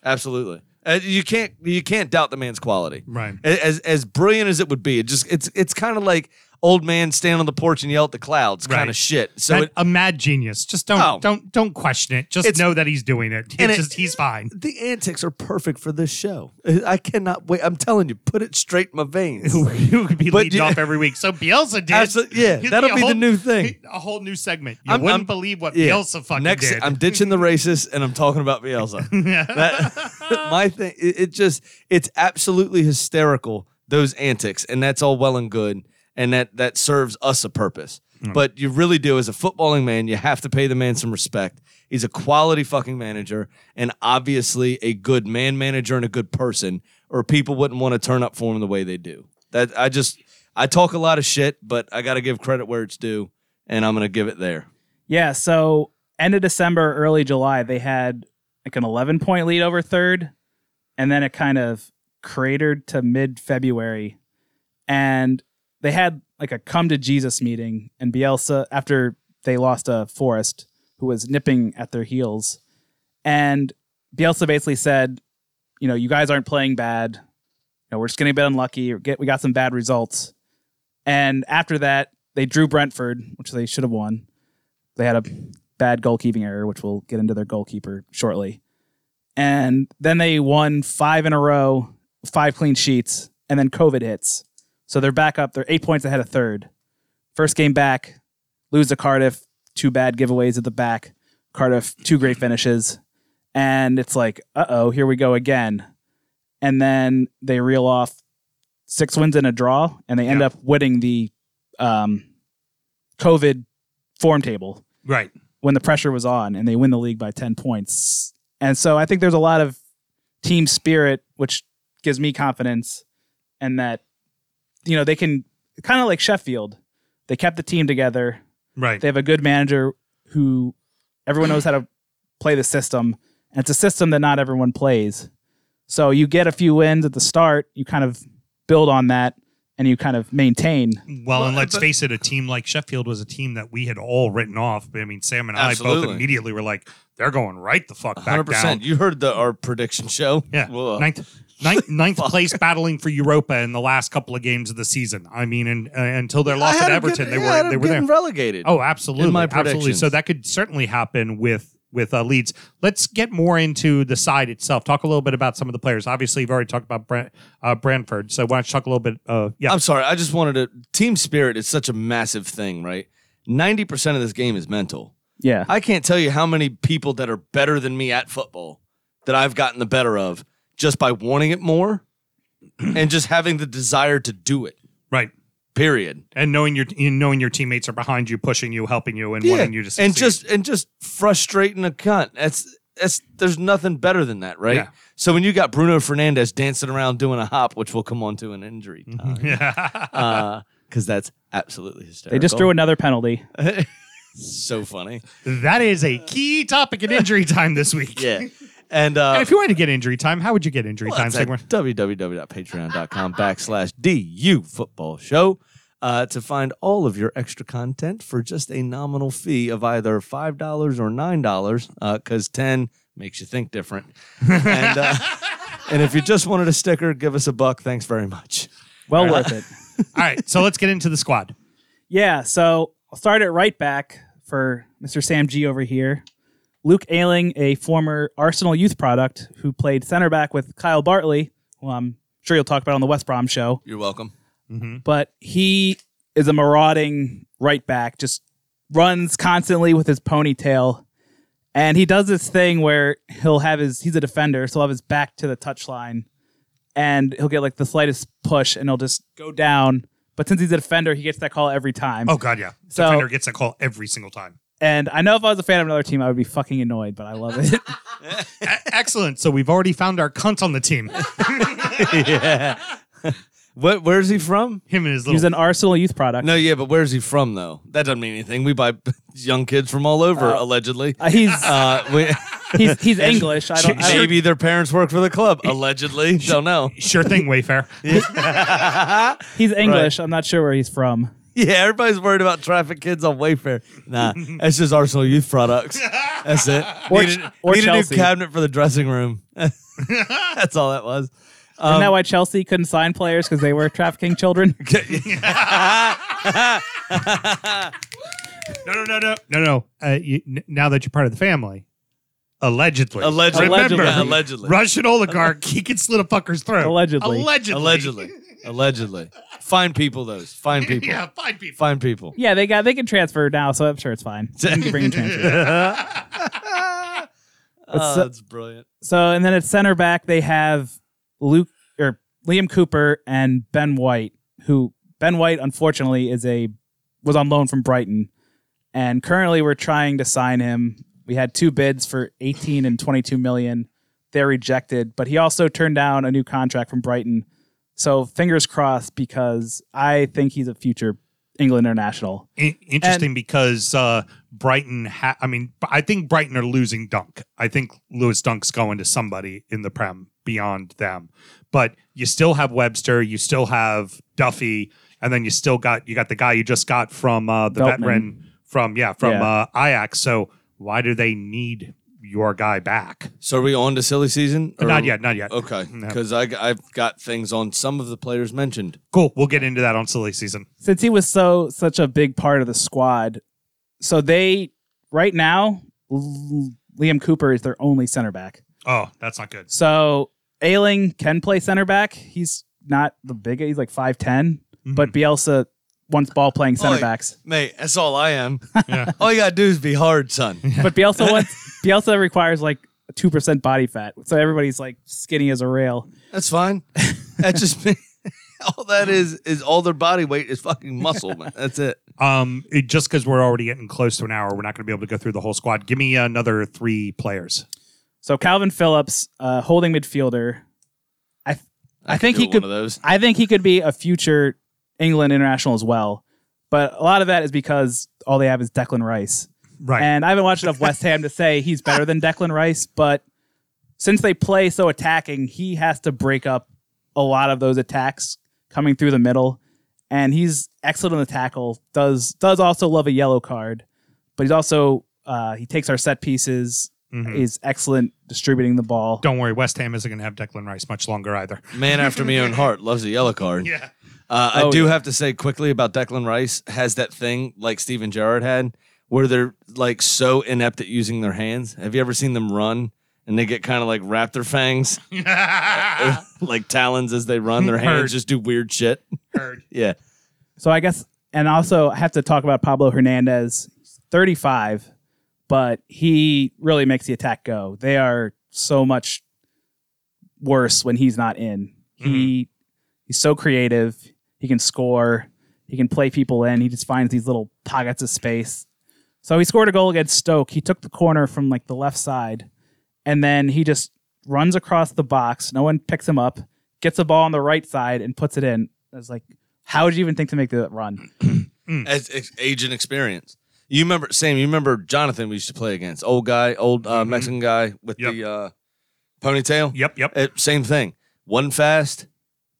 absolutely. Uh, you can't you can't doubt the man's quality.
Right.
A- As as brilliant as it would be, it just it's it's kind of like old man stand on the porch and yell at the clouds kind
Right.
of shit. So
That-
it,
a mad genius. Just don't
Oh.
don't don't question it. Just
It's-
know that he's doing it.
and
It's
it-
just he's fine.
the antics are perfect for this show. I cannot wait. I'm telling you, put it straight in my veins.
who could be
But
leading
you-
off every week. So Bielsa did.
Absolutely, yeah,
He'd
that'll
a
be the
whole-
new thing.
A whole new segment. You
I'm-
wouldn't
I'm-
believe what
Yeah.
Bielsa fucking
Next,
did.
I'm ditching the racist and I'm talking about Bielsa. That- my thing, it, it just, it's absolutely hysterical those antics, and that's all well and good, and that that serves us a purpose.
Mm.
But you really do, as a footballing man, you have to pay the man some respect. He's a quality fucking manager and obviously a good man manager and a good person, or people wouldn't want to turn up for him the way they do. That I just I talk a lot of shit, but I gotta give credit where it's due, and I'm gonna give it there.
Yeah, so end of December, early July, they had like an 11 point lead over third, and then it kind of cratered to mid February. And they had like a come to Jesus meeting, and Bielsa, after they lost a Forest, who was nipping at their heels. And Bielsa basically said, You know, you guys aren't playing bad. You know, we're just getting a bit unlucky. Or get, we got some bad results. And after that, they drew Brentford, which they should have won they had a bad goalkeeping error, which we'll get into their goalkeeper shortly. And then they won five in a row, five clean sheets, and then COVID hits. So they're back up. They're eight points ahead of third. First game back, lose to Cardiff, two bad giveaways at the back. Cardiff, two great finishes. And it's like, uh oh, here we go again. And then they reel off six wins and a draw, and they end up winning the um, COVID form table
Right.
when the pressure was on and they win the league by 10 points. And so I think there's a lot of team spirit, which gives me confidence and that, you know, they can kind of like Sheffield, they kept the team together.
Right.
They have a good manager who everyone knows how to play the system. And it's a system that not everyone plays. So you get a few wins at the start, you kind of build on that and you kind of maintain.
Well, and let's face it, a team like Sheffield was a team that we had all written off. I mean, Sam and I
Absolutely.
both immediately were like, they're going right the fuck back
100.
down.
percent You heard the our prediction show.
Yeah.
Whoa.
Ninth, ninth, ninth place battling for Europa in the last couple of games of the season. I mean, and, uh, until their
I
loss
had
at
them
Everton,
getting-
they
yeah, I had
were they
them
were there.
getting relegated.
Oh, absolutely,
in my
absolutely. So
predictions.
that could certainly happen with with uh, Leeds. Let's get more into the side itself. Talk a little bit about some of the players. Obviously, you've already talked about Brent, uh, Brantford. So why don't you talk a little bit? Uh, yeah,
I'm sorry. I just wanted to. Team spirit is such a massive thing, right? 90% of this game is mental.
Yeah.
I can't tell you how many people that are better than me at football that I've gotten the better of just by wanting it more and just having the desire to do it,
right.
period.
And knowing your and knowing your teammates are behind you, pushing you, helping you, and wanting you to succeed.
and just and just frustrating a cunt. That's that's there's nothing better than that, right?
Yeah.
So when you got Bruno Fernandez dancing around doing a hop, which we'll come on to in injury time,
Mm-hmm. yeah.
because that's absolutely hysterical.
They just threw another penalty.
so funny.
that is a key topic in injury time this week.
Yeah. And
And
uh,
if you wanted to get injury time, how would you get injury
Well,
time?
it's at
Sigmar?
www.patreon.com backslash du football show uh, to find all of your extra content for just a nominal fee of either $5 or $9 because 10 makes you think different. And, uh, and if you just wanted a sticker, give us a buck. Thanks very much.
Well worth it.
All right, so let's get into the squad.
Yeah, so I'll start at right back for Mr. Sam G over here. Luke Ayling, a former Arsenal youth product who played center back with Kyle Bartley, who I'm sure you'll talk about on the West Brom show,
You're welcome.
but he is a marauding right back, just runs constantly with his ponytail. And he does this thing where he'll have his, he's a defender, so he'll have his back to the touchline and he'll get like the slightest push and he'll just go down. But since he's a defender, he gets that call every time.
Oh God, yeah.
So-
Defender gets a call every single time.
And I know if I was a fan of another team, I would be fucking annoyed, but I love it.
E- Excellent. So we've already found our cunt on the team.
yeah. What, where's he from?
Him and his
He's
little.
an Arsenal youth product.
No, yeah, but where's he from, though? That doesn't mean anything. We buy young kids from all over, allegedly.
Uh, he's
uh, we,
he's he's English. I don't. I don't-
maybe their parents work for the club, allegedly. Don't know.
Sure thing, Wayfair.
he's English. I'm not sure where he's from.
Yeah, everybody's worried about traffic kids on Wayfair. Nah, that's just Arsenal youth products. That's it.
Or
need
Ch-
a,
or
need a new
Chelsea.
cabinet for the dressing room. that's all that was.
Isn't
um,
that why Chelsea couldn't sign players because they were trafficking children?
No, no, no, no, no, no. Uh, you, n- now that you're part of the family, allegedly,
Allegedly.
remember,
Yeah, allegedly.
Russian oligarch, he can slit a fucker's throat.
Allegedly.
allegedly,
Allegedly. Allegedly. Fine people, those. Fine people.
yeah, fine people.
Fine people.
yeah, they got they can transfer now, so I'm sure it's fine. They can bring in transfers.
Oh, that's brilliant.
So and then at center back they have Luke or Liam Cooper and Ben White, who Ben White unfortunately is a was on loan from Brighton, and currently we're trying to sign him. We had two bids for 18 and 22 million. They're rejected, but he also turned down a new contract from Brighton. So fingers crossed because I think he's a future England international.
I- interesting because uh, Brighton. Ha- I mean, I think Brighton are losing Dunk. I think Lewis Dunk's going to somebody in the Prem beyond them. But you still have Webster. You still have Duffy, and then you still got you got the guy you just got from uh, the
Veltman.
veteran from yeah from
Yeah.
Uh, Ajax. So why do they need your guy back?
So are we on to silly season? Or-
Not yet. Not yet.
Okay,
No.
because I've got things on some of the players mentioned.
Cool. We'll get into that on silly season.
since he was so such a big part of the squad, so they right now L- Liam Cooper is their only center back.
Oh, that's not good.
So Ailing can play center back. He's not the big. He's like five but Bielsa wants ball playing center
Oi.
backs.
Mate, that's all I am. all you gotta do is be hard, son.
But Bielsa wants Bielsa requires like two percent body fat, so everybody's like skinny as a rail.
That's fine. That's just me. all that is is all their body weight is fucking muscle, man. That's it.
Um, it, just because we're already getting close to an hour, we're not going to be able to go through the whole squad. Give me another three players.
So Calvin Phillips, uh, holding midfielder. I th- I, think
do
he
one
could
of those.
I think he could be a future England international as well. But a lot of that is because all they have is Declan Rice.
Right.
And I haven't watched enough West Ham to say he's better than Declan Rice, but since they play so attacking, he has to break up a lot of those attacks coming through the middle. And he's excellent on the tackle. Does does also love a yellow card, but he's also uh, he takes our set pieces.
Mhm.
Is excellent distributing the ball.
Don't worry, West Ham isn't going to have Declan Rice much longer either.
Man after my own heart loves a yellow card.
Yeah.
Uh, I
Oh,
do
yeah.
have to say quickly about Declan Rice has that thing like Steven Gerrard had where they're like so inept at using their hands. Have you ever seen them run and they get kind of like raptor fangs, like talons as they run? Their
Ah. Heard.
hands just do weird shit.
Heard.
Yeah.
So I guess, and also I have to talk about Pablo Hernandez, 35, but he really makes the attack go. They are so much worse when he's not in. He he's so creative. He can score. He can play people in. He just finds these little pockets of space. So he scored a goal against Stoke. He took the corner from like the left side, and then he just runs across the box. No one picks him up. Gets the ball on the right side and puts it in. I was like, how would you even think to make that run?
as, as age and experience. You remember Sam? You remember Jonathan? We used to play against old guy, old uh, Mexican guy with
Mm-hmm. Yep.
the uh, ponytail.
Yep. Yep.
Uh, same thing. One fast,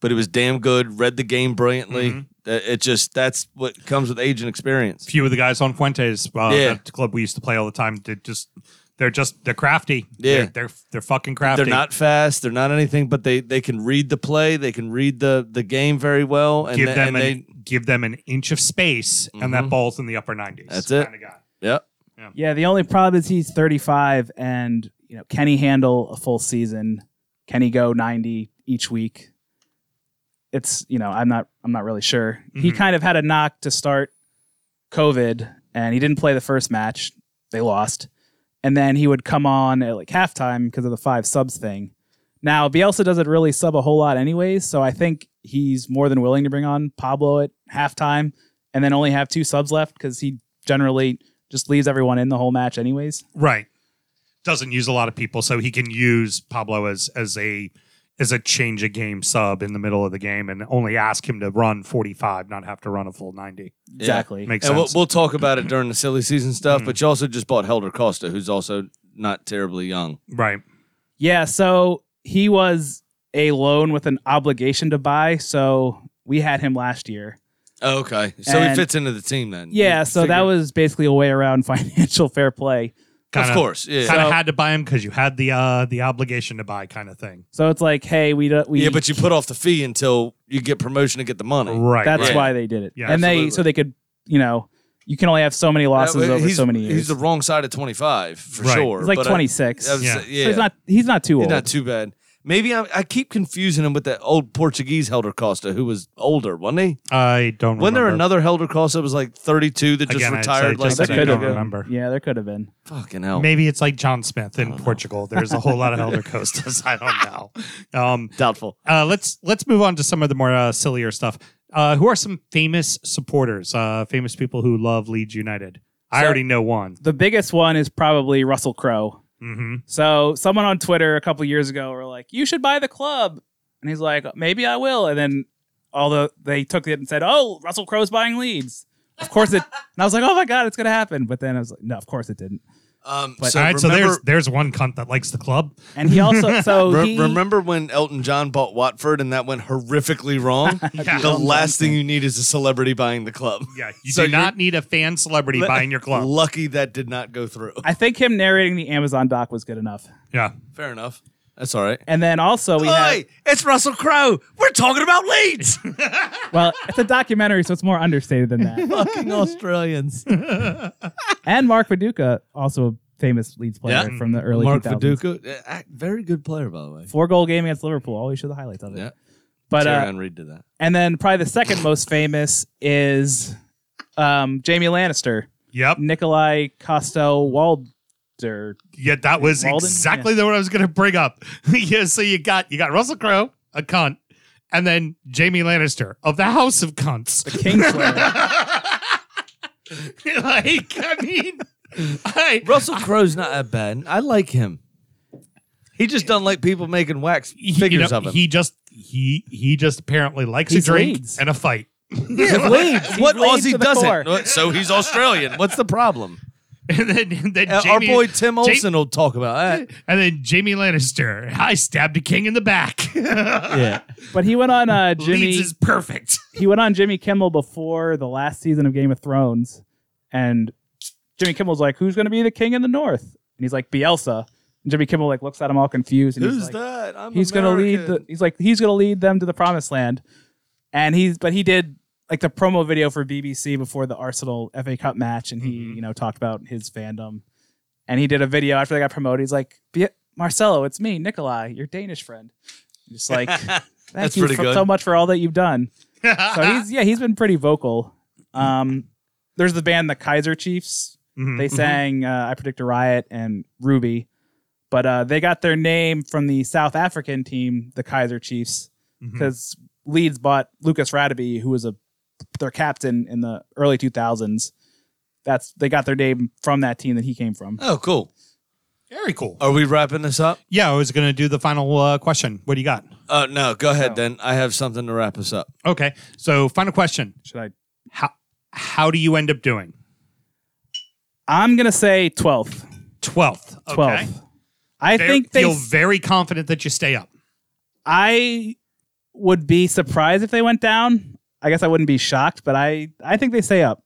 but he was damn good. Read the game brilliantly.
Mhm.
Uh, It just that's what comes with age and experience.
few of the guys on Fuentes, uh,
Yeah.
that club we used to play all the time, they just they're just they're crafty.
Yeah.
They're they're, they're fucking crafty.
They're not fast. They're not anything, but they they can read the play. They can read the the game very well. And
give
they-
them
and
an,
they,
give them an inch of space, and that
Mhm.
ball's in the upper nineties.
That's it.
Kinda guy.
yep.
Yeah, the only problem is he's 35 and, you know, can he handle a full season? Can he go 90 each week? It's, you know, I'm not I'm not really sure. He
Mhm.
kind of had a knock to start COVID and he didn't play the first match. They lost. And then he would come on at like halftime because of the five subs thing. Now, Bielsa doesn't really sub a whole lot anyways, so I think he's more than willing to bring on Pablo at halftime and then only have two subs left because he generally just leaves everyone in the whole match anyways.
Right. Doesn't use a lot of people, so he can use Pablo as as a as a change of game sub in the middle of the game and only ask him to run 45, not have to run a full 90.
Exactly.
Makes
And we'll,
sense. Mm.
we'll talk about it during the silly season stuff. But you also just bought Helder Costa, who's also not terribly young.
right.
Yeah, so he was a loan with an obligation to buy, so we had him last year.
Oh, okay. So he
And-
fits into the team then.
Yeah,
You
so that
figure-
was basically a way around financial fair play.
Kinda-
of course. Yeah.
Kind of
So-
had to buy him because you had the uh, the obligation to buy kind of thing.
So it's like, hey, we don't we
yeah, but you put off the fee until you get promotion and get the money.
Right.
that's
right.
right.
why they did it.
Yeah,
and
absolutely.
they so they could, you know, you can only have so many losses
Uh,
over
he's,
so many
He's
years.
the wrong side of 25 for
Right.
sure.
He's like
but I-
26.
I was-
Yeah.
yeah.
So he's not he's not too
he's
old.
not too bad. Maybe I, I keep confusing him with that old Portuguese Helder Costa who was older, wasn't he?
I don't
Wasn't there
remember.
another Helder Costa that was like 32 that just
Again, I'd say
retired like
just
that
I
two
could
don't
years
have
ago?
been.
remember.
Yeah, there could have been.
Fucking hell.
Maybe it's like John Smith in Portugal. There's a whole lot of Elder Costas. I don't know. Um,
Doubtful.
uh, let's let's move on to some of the more uh, sillier stuff. Uh, who are some famous supporters? Uh, famous people who love Leeds United. I
So-
already know one.
The biggest one is probably Russell Crowe.
hmm
So someone on Twitter a couple years ago were like, "You should buy the club," and he's like, "Maybe I will." And then all the they took it and said, "Oh, Russell Crowe's buying Leeds." Of course it. and I was like, "Oh my god, it's gonna happen!" But then I was like, "No, of course it didn't."
Um,
All right, so there's there's one cunt that likes the club.
And he also so
Re-
Oh, he,
remember when Elton John bought Watford and that went horrifically wrong? The last thing you need is a celebrity buying the club.
Yeah, you
So
do
you're-
not need a fan celebrity
But-
buying your club.
Lucky that did not go through.
I think him narrating the Amazon doc was good enough.
Yeah,
Fair enough. That's all right.
And then also we have
Oi, it's Russell Crowe. We're talking about Leeds.
well, it's a documentary, so it's more understated than that.
Fucking Australians.
and Mark Viduka, also a famous Leeds player
Yeah.
from the early
Mark
2000s.
Viduka, uh, very good player by the way.
Four goal game against Liverpool. Always show the highlights of it.
Yeah.
But
Terry
uh,
Henry did that.
And then probably the second most famous is um, Jamie Lannister,
yep.
Nikolai Costo Walder.
Yeah, that was
Walden?
exactly the one I was going to bring up. yeah, so you got you got Russell Crowe, a cunt, and then Jamie Lannister of the House of Cunts.
Kingslayer.
like, I mean, I,
Russell Crowe's not that bad. I like him. He just don't like people making wax
he-
figures
you know,
of him.
he just he he just apparently likes
He's
a drink
Leeds.
and a fight.
Yeah,
Leeds.
What
He's Leeds
Aussie
to the core.
doesn't? What- So he's Australian. What's the problem?
And then, and then
Uh,
Jamie,
Our boy Tim
Ja-
Olsen will talk about
and then Jamie Lannister. I stabbed a king in the back.
that. yeah.
but he went on uh, Jimmy.
Leeds is perfect.
he went on Jimmy Kimmel before the last season of Game of Thrones, and Jimmy Kimmel's like, "Who's going to be the king in the North?" And he's like, "Bielsa." And Jimmy Kimmel like looks at him all confused, and he's
Who's
like,
that? I'm
he's
going to
lead the he's like he's gonna lead them to the promised land and he's but he did like the promo video for bbc before the arsenal fa cup match and he
Mm-hmm.
you know talked about his fandom and he did a video after they got promoted he's like "Be- marcelo it's me nikolai your danish friend just like thank
That's
you
pretty
for-
good.
so much for all that you've done so he's yeah he's been pretty vocal um there's the band the kaiser chiefs
Mhm.
they sang uh, I Predict a Riot and Ruby, but uh, they got their name from the South African team, the Kaiser Chiefs,
Mhm.
because Leeds bought Lucas Radeby, who was a their captain in the early 2000s. That's they got their name from that team that he came from.
Oh, cool.
Very cool.
Are we wrapping this up?
Yeah, I was going to do the final uh, question. What do you got?
Uh, no, go ahead then. I have something to wrap us up.
Okay, so final question:
Should I?
how how do you end up doing?
I'm gonna say 12th.
Twelfth.
12th. I
I
think they.
feel
s-
very confident that you stay up.
I would be surprised if they went down. I guess I wouldn't be shocked, but I, I think they stay up.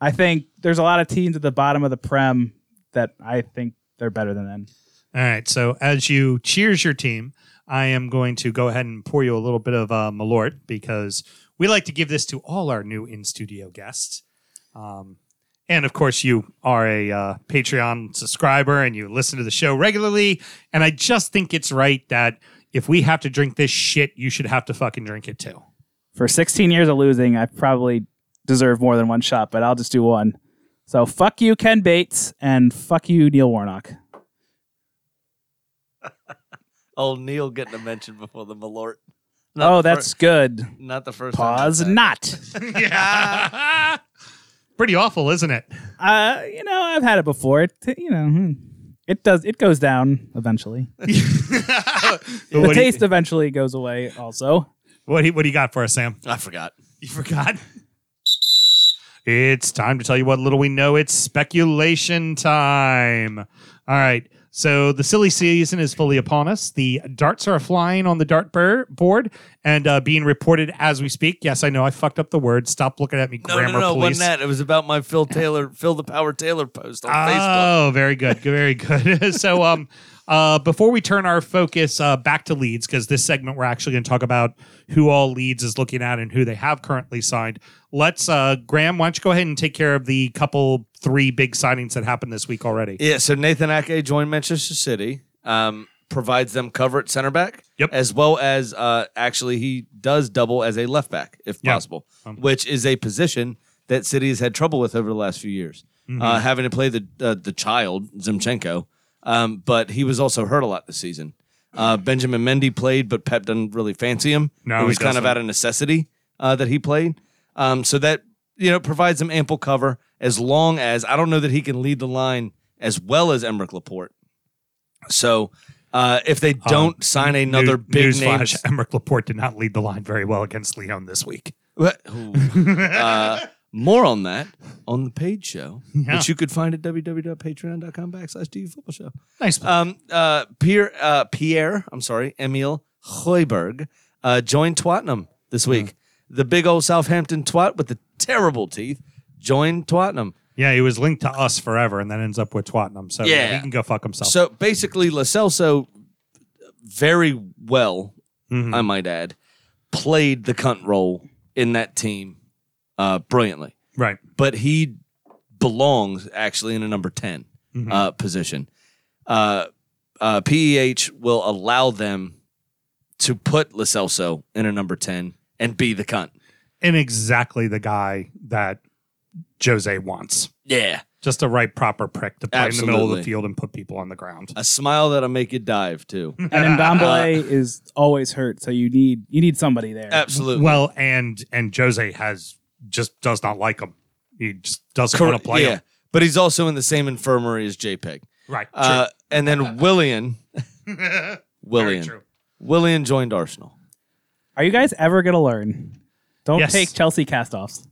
I think there's a lot of teams at the bottom of the Prem that I think they're better than them.
All right. So as you cheers your team, I am going to go ahead and pour you a little bit of uh, Malort because we like to give this to all our new in studio guests. Um, and of course, you are a uh, Patreon subscriber and you listen to the show regularly. And I just think it's right that if we have to drink this shit, you should have to fucking drink it too.
For 16 years of losing, I probably deserve more than one shot, but I'll just do one. So fuck you, Ken Bates, and fuck you, Neil Warnock.
Oh, Neil getting a mention before the Malort. the fir-
oh, that's good.
not the first time
Pause.
I've had it.
Not.
yeah. Pretty awful, isn't it?
Uh, you know, I've had it before. It, you know, hmm. it does. It goes down eventually.
But
the
what, do you,
taste eventually goes away also
what, do you, what do you got for us, Sam?
I forgot.
You forgot? It's time to tell you what little we know. It's speculation time. All right. So the silly season is fully upon us. The darts are flying on the dart bur- board and uh, being reported as we speak. Yes, I know I fucked up the word. Stop looking at me,
No,
grammar
no, no, it
police.
wasn't that. It was about my Phil Taylor, Phil the Power Taylor post on Facebook.
Oh, very good. Very good. so, um, uh, before we turn our focus uh, back to Leeds, because this segment we're actually going to talk about who all Leeds is looking at and who they have currently signed. Let's, uh, Graham, why don't you go ahead and take care of the couple three big signings that happened this week already?
Yeah, so Nathan Ake joined Manchester City, um, provides them cover at center back,
Yep.
as well as uh, actually he does double as a left back if
Yeah. Um,
possible, which is a position that City has had trouble with over the last few years,
Mm-hmm.
uh, having to play the uh, the child Zimchenko. Um, but he was also hurt a lot this season. Uh, Benjamin Mendy played, but Pep doesn't really fancy him.
No,
it
he
was kind of
doesn't.
out of necessity. uh, that he played. Um, so that you know provides him ample cover as long as I don't know that he can lead the line as well as Emmerich Laporte. So uh, if they don't sign another
Um, News-
big name,
newsflash, Emmerich Laporte did not lead the line very well against Leon this week.
What? Ooh. uh, more on that on the paid show,
Yeah.
which you could find at www.patreon.com backslash DU football show.
Nice.
Um, uh, Pierre, uh, Pierre, I'm sorry, Emil Hoiberg uh, joined Twatnam this week.
Hmm.
The big old Southampton twat with the terrible teeth joined Twatnam.
yeah, he was linked to us forever and then ends up with Twatnam. So yeah,
Yeah.
he can go fuck himself.
So basically, Lacelso very well,
Mhm.
I might add, played the cunt role in that team uh, brilliantly.
right.
but he belongs actually in a number 10
Mhm.
uh, position. Uh, uh, PEH will allow them to put Lacelso in a number 10 and be the cunt.
And exactly the guy that Jose wants.
Yeah.
Just a right proper prick to play in the middle of
Absolutely.
the field and put people on the ground.
A smile that'll make you dive, too.
Hmm.
And Ndombele is always hurt, so you need you need somebody there.
Absolutely.
Well, and and Jose has just does not like him. He just doesn't want to play
yeah.
him.
But he's also in the same infirmary as JPEG.
Right. True.
Uh, and then Willian.
Very
Willian.
true.
Willian joined Arsenal.
Are you guys ever gonna learn? Don't
Yes.
take Chelsea castoffs.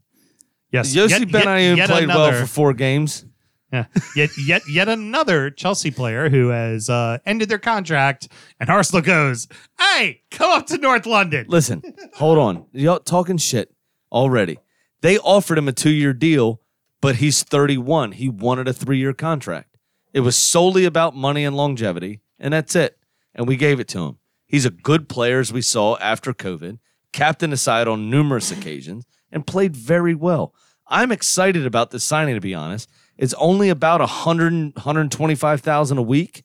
Yes.
Yossi
Yet- yet-
Benayoun
yet
played well
another-
for four games.
Yeah. Yet, yet, yet another Chelsea player who has uh, ended their contract, and Arsenal goes, "Hey, come up to North London."
Listen, hold on. Y'all talking shit already. They offered him a two year deal, but he's 31. He wanted a three year contract. It was solely about money and longevity, and that's it. And we gave it to him. He's a good player, as we saw after COVID, captain aside on numerous occasions, and played very well. I'm excited about this signing, to be honest. It's only about 100, 125,000 a week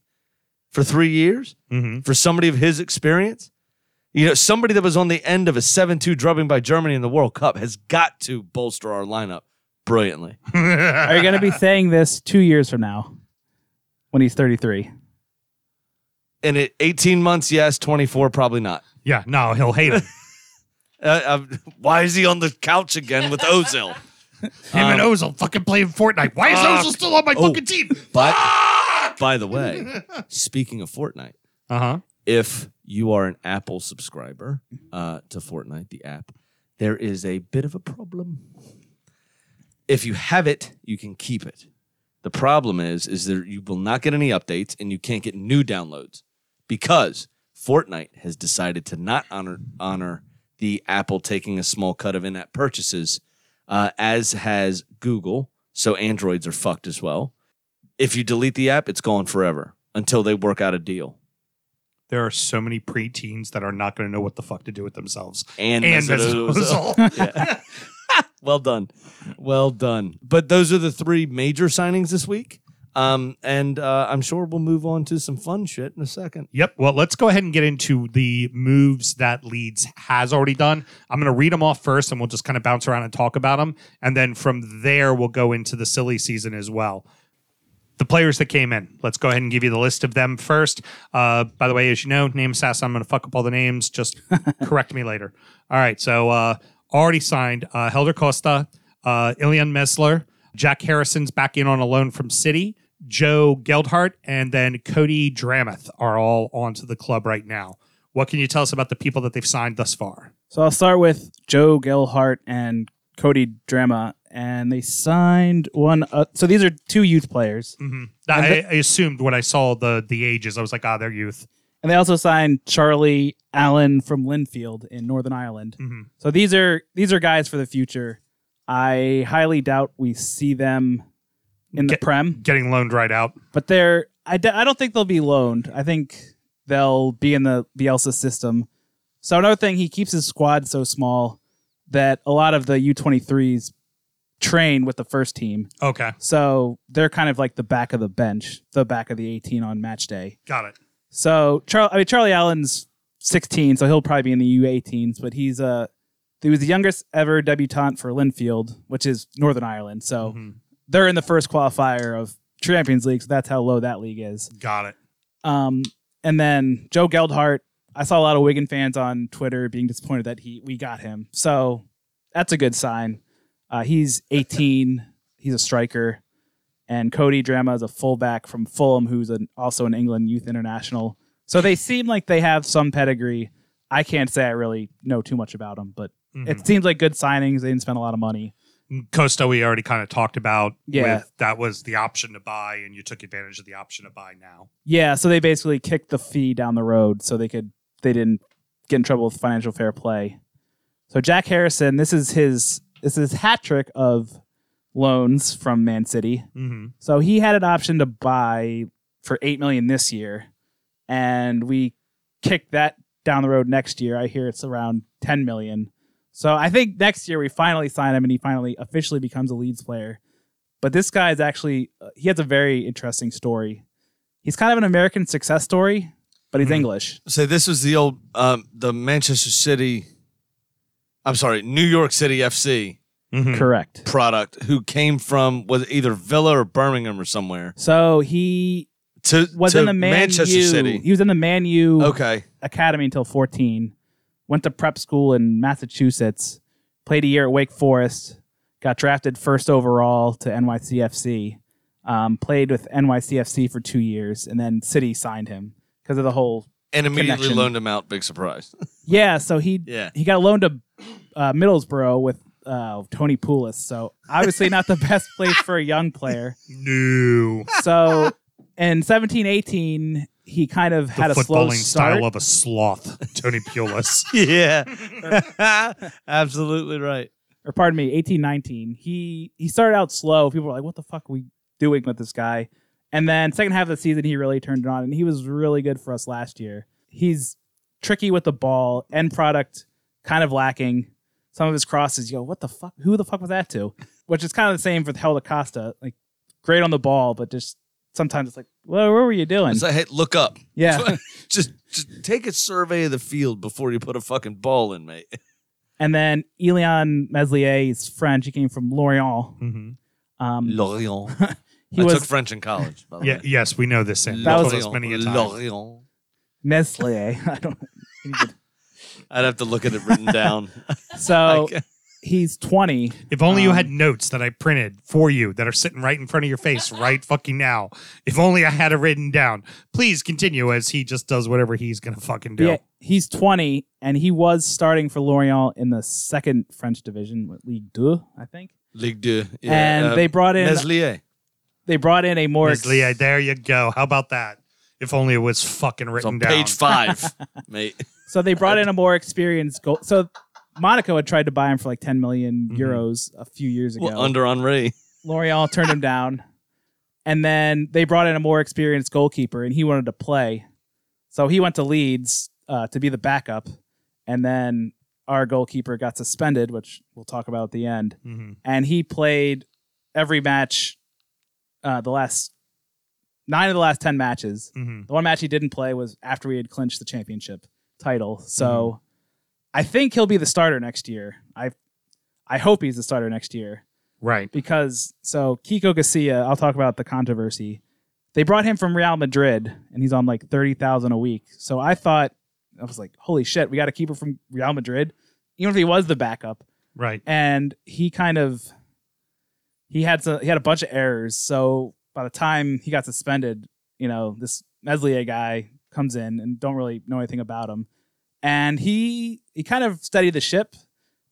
for three years
Mhm.
for somebody of his experience. You know, somebody that was on the end of a 7 2 drubbing by Germany in the World Cup has got to bolster our lineup brilliantly. Mm-hmm.
Are you gonna be saying this two years from now when he's thirty three?
And at 18 months, yes, 24, probably not.
Yeah. No, he'll hate him.
Uh, um, why is he on the couch again with Ozil?
Him and Ozil fucking playing Fortnite. Why is Ozil still on my
Um, Oh.
fucking team?
But by the way, speaking of Fortnite,
Uh
Uh-huh.
huh.
if you are an Apple subscriber uh, to Fortnite, the app, there is a bit of a problem. If you have it, you can keep it. The problem is, is that you will not get any updates and you can't get new downloads because Fortnite has decided to not honor honor the Apple taking a small cut of in-app purchases, uh, as has Google. So Androids are fucked as well. If you delete the app, it's gone forever until they work out a deal.
There are so many preteens that are not going to know what the fuck to do with themselves.
And,
And
Mesut
as a
Ozil.
result,
Well done. Well done. But those are the three major signings this week. Um, and uh, I'm sure we'll move on to some fun shit in a second.
Yep. Well, let's go ahead and get into the moves that Leeds has already done. I'm going to read them off first and we'll just kind of bounce around and talk about them. And then from there, we'll go into the silly season as well. The players that came in. Let's go ahead and give you the list of them first. Uh, by the way, as you know, name assassin. I'm going to fuck up all the names. Just correct me later. All right. So uh, already signed uh, Helder Costa, uh, Ilian Messler, Jack Harrison's back in on a loan from City. Joe Geldhart and then Cody Dramath are all onto the club right now. What can you tell us about the people that they've signed thus far?
So I'll start with Joe Gelhart and Cody Drama, and they signed one. Uh, so these are two youth players,
Mm-hmm. I, I assumed when I saw the the ages, I was like, ah, they're youth.
and they also signed Charlie Allen from Linfield in Northern Ireland.
Mhm.
So these are these are guys for the future. I highly doubt we see them in the
Get-
prem,
Getting loaned right out.
but they're. I, d- I don't think they'll be loaned. I think they'll be in the Bielsa system. So another thing, he keeps his squad so small that a lot of the U23s train with the first team.
Okay,
So they're kind of like the back of the bench, the back of the 18 on match day.
got it.
So Charlie, I mean Charlie Allen's 16, so he'll probably be in the U18s, but he's uh he was the youngest ever debutant for Linfield, which is Northern Ireland. So they're in the first qualifier of Champions League, so that's how low that league is.
Got it.
Um, and then Joe Geldhart, I saw a lot of Wigan fans on Twitter being disappointed that he we got him. So that's a good sign. Uh, he's 18. he's a striker, and Cody Drama is a fullback from Fulham, who's an, also an England youth international. So they seem like they have some pedigree. I can't say I really know too much about them, but it seems like good signings. They didn't spend a lot of money.
Mm-hmm. Costa, we already kind of talked about.
Yeah.
with- that was the option to buy, and you took advantage of the option to buy now.
Yeah, so they basically kicked the fee down the road so they could they didn't get in trouble with financial fair play. So Jack Harrison, this is his this is his hat trick of loans from Man City.
Mm-hmm.
So he had an option to buy for eight million this year, and we kicked that down the road next year. I hear it's around ten million. So I think next year we finally sign him, and he finally officially becomes a Leeds player. But this guy is actually uh, he has a very interesting story. He's kind of an American success story, but
Mm-hmm.
he's English.
Say this was the old um, the Manchester City. I'm sorry, New York City FC
Mm-hmm. Correct.
product who came from was it either Villa or Birmingham or somewhere
So he
to
was
to
in the Man
Manchester
U. He
City.
was in the Man U.
Okay,
academy until 14, went to prep school in Massachusetts, played a year at Wake Forest, got drafted first overall to NYCFC, um, played with NYCFC for two years, and then City signed him because of the whole.
and immediately
Connection.
loaned him out. Big surprise.
Yeah, so he
Yeah.
he got loaned to uh, Middlesbrough with uh, Tony Pulis, so obviously not the best place for a young player.
New
So in 17, 18, he kind of had
the
a slow
footballing
start.
style of a sloth, Tony Pulis.
yeah, absolutely right.
or pardon me, eighteen nineteen. He he started out slow. People were like, "What the fuck are we doing with this guy?" And then second half of the season, he really turned it on, and he was really good for us last year. He's tricky with the ball, end product kind of lacking. Some of his crosses, yo, what the fuck? Who the fuck was that to? Which is kind of the same with Helda Costa. Like, great on the ball, but just sometimes it's like, well, what were you doing?
It's like, hey, look up.
yeah.
just, just take a survey of the field before you put a fucking ball in, mate.
and then Elian Meslier, he's French. He came from Lorient.
Mhm.
Um,
Lorient.
he
I
was
took French in college. By the
Yeah,
way.
yes, we know this. Sam.
Lorient.
That
You've
was-
told us many a time.
Lorient.
Meslier. I don't.
I'd have to look at it written down.
So
Like-
he's 20.
If only you
Um,
had notes that I printed for you that are sitting right in front of your face right fucking now. If only I had it written down. Please continue as he just does whatever he's gonna fucking do.
Yeah, he's 20, and he was starting for Lorient in the second French division, what, Ligue 2, I think.
Ligue 2.
And
uh, um,
they brought in-
Meslier.
They brought in a more
Miss Leah, there you go. How about that? If only it was fucking
It's
written
on
down.
page five, mate.
so they brought in a more experienced goal. So Monaco had tried to buy him for like 10 million
Mhm.
euros a few years ago.
Mm-hmm. Well, under Henri.
L'Oreal turned him down. And then they brought in a more experienced goalkeeper, and he wanted to play. So he went to Leeds uh, to be the backup. And then our goalkeeper got suspended, which we'll talk about at the end.
Mhm.
And he played every match, uh, the last nine of the last 10 matches.
Mhm.
The one match he didn't play was after we had clinched the championship title. So I think he'll be the starter next year. I, I hope he's the starter next year
Right.
because so Kiko Casilla, I'll talk about the controversy. They brought him from Real Madrid, and he's on like thirty thousand a week. So I thought I was like, "Holy shit, we got to keep him from Real Madrid," even if he was the backup.
Right.
And he kind of he had some, he had a bunch of errors. So by the time he got suspended, you know, this Meslier guy comes in and don't really know anything about him, and he he kind of studied the ship,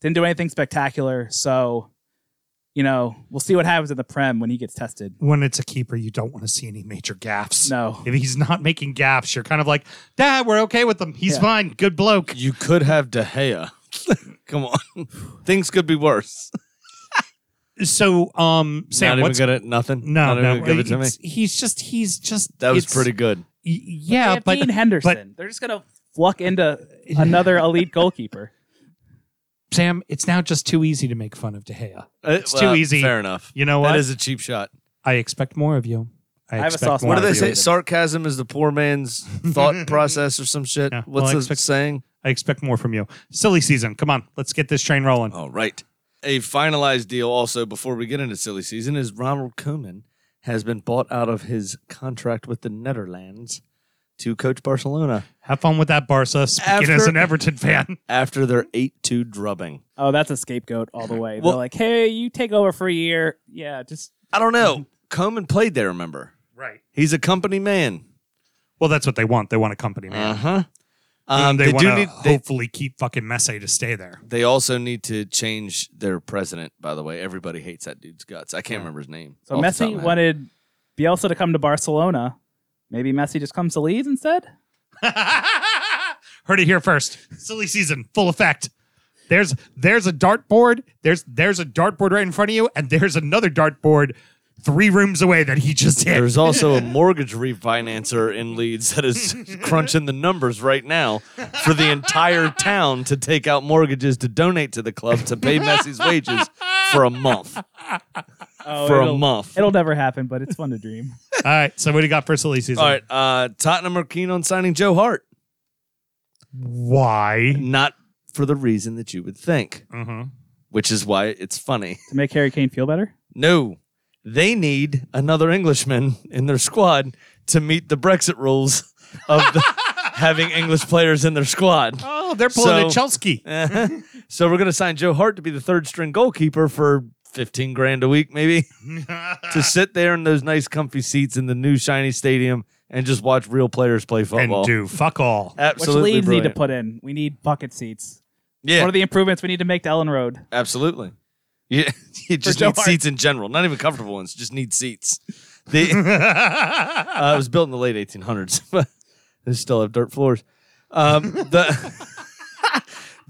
didn't do anything spectacular. So, you know, we'll see what happens in the prem when he gets tested.
When it's a keeper, you don't want to see any major gaffes.
No,
If he's not making gaffes, you're kind of like, Dad, we're okay with him. He's
Yeah.
fine. Good bloke.
You could have De Gea. Come on. Things could be worse.
So, um, Sam,
Not even
what's
good at nothing.
no,
Not even
no,
Give it to me.
it's- he's just, he's just.
That was
it's-
pretty good.
y- Yeah,
They have Dean
but
Henderson. They're just gonna fluck into another elite goalkeeper.
Sam, it's now just too easy to make fun of De Gea.
It's
too easy.
Fair enough.
You know what?
That is a cheap shot.
I expect more of you. I,
have a
expect
soft
more
What do
spot
of
they
for
you.
say? Sarcasm is the poor man's thought process or some shit.
Yeah, well,
What's
I
the
expect-
saying?
I expect more from you. Silly season. Come on, let's get this train rolling.
All right. A finalized deal also before we get into silly season is Ronald Koeman has been bought out of his contract with the Netherlands
Have fun with that, Barca. Speaking
After-
as an Everton fan,
after their 8 2 drubbing.
Oh, that's a scapegoat all the way.
Well-
They're like, hey, you take over for a year. Yeah, just
I don't know. Coman played there, remember?
right?
He's a company man.
Well, that's what they want. They want a company man.
Uh huh. Um,
they,
they,
want
do
to
need. They,
hopefully keep fucking Messi to stay there.
they also need to change their president. By the way, everybody hates that dude's guts. I can't remember his name.
so
off the top of
Messi
my head.
wanted Bielsa to come to Barcelona. Maybe Messi just comes to Leeds instead.
Heard it here first. Silly season, full effect. There's there's a dartboard. There's there's a dartboard right in front of you, and there's another dartboard three rooms away that he just hit.
There's also a mortgage refinancer in Leeds that is crunching the numbers right now for the entire town to take out mortgages to donate to the club to pay Messi's wages for a month.
Oh,
For a
it'll-
month.
It'll never happen, but it's fun to dream.
All right, so what do you got for silly season?
All right, uh, Tottenham are keen on signing Joe Hart,
Why?
not for the reason that you would think,
hmm
which is why it's funny.
to make Harry Kane feel better.
No, they need another Englishman in their squad to meet the Brexit rules of the, having English players in their squad.
Oh, they're pulling
So-
a Chelsea.
So we're going to sign Joe Hart to be the third string goalkeeper for 15 grand a week, maybe, to sit there in those nice, comfy seats in the new shiny stadium and just watch real players play
and
football.
do fuck all.
Absolutely.
Which Leeds need to
brilliant.
put in. We need bucket seats.
yeah,
One of the improvements we need to make to Ellen Road.
absolutely. You, you just
Joe
need
Hart.
seats in general, not even comfortable ones, just need seats. They, uh, it was built in the late 1800s, but they still have dirt floors. Um, the.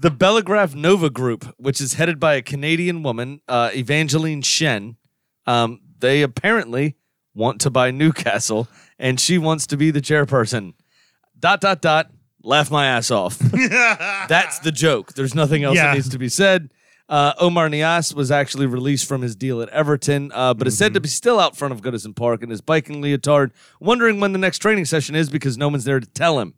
The Belgraph Nova Group, which is headed by a Canadian woman, uh, Evangeline Shen, um, they apparently want to buy Newcastle, and she wants to be the chairperson. Dot dot dot. Laugh my ass off. That's the joke. There's nothing else
Yeah.
that needs to be said. Uh, Omar Nias was actually released from his deal at Everton, uh, but is said to be still out front of Goodison Park in his biking leotard, wondering when the next training session is because no one's there to tell him.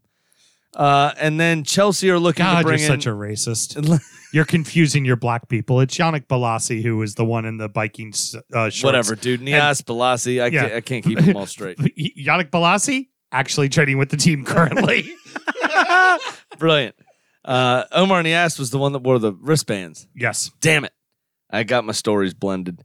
Uh, and then Chelsea are looking to
God, you're
bring in
such a racist. you're confusing your black people. It's Yannick Balassi who was the one in the biking s- uh, shorts.
whatever, dude. Nias, Balassi, I,
Yeah.
can't, I can't keep them all straight.
Y- Yannick Balassi actually training with the team currently.
Brilliant. Uh, Omar Nias was the one that wore the wristbands.
yes.
Damn it. I got my stories blended.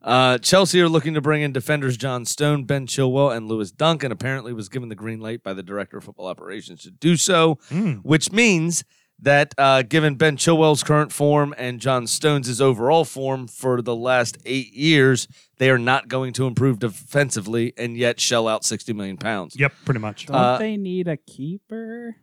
Uh, Chelsea are looking to bring in defenders John Stone, Ben Chilwell, and Lewis Duncan. Apparently, was given the green light by the director of football operations to do so,
Mm.
which means that uh, given Ben Chilwell's current form and John Stone's his overall form for the last eight years, they are not going to improve defensively and yet shell out sixty million pounds.
Yep. Pretty much.
Don't
Uh,
they need a keeper?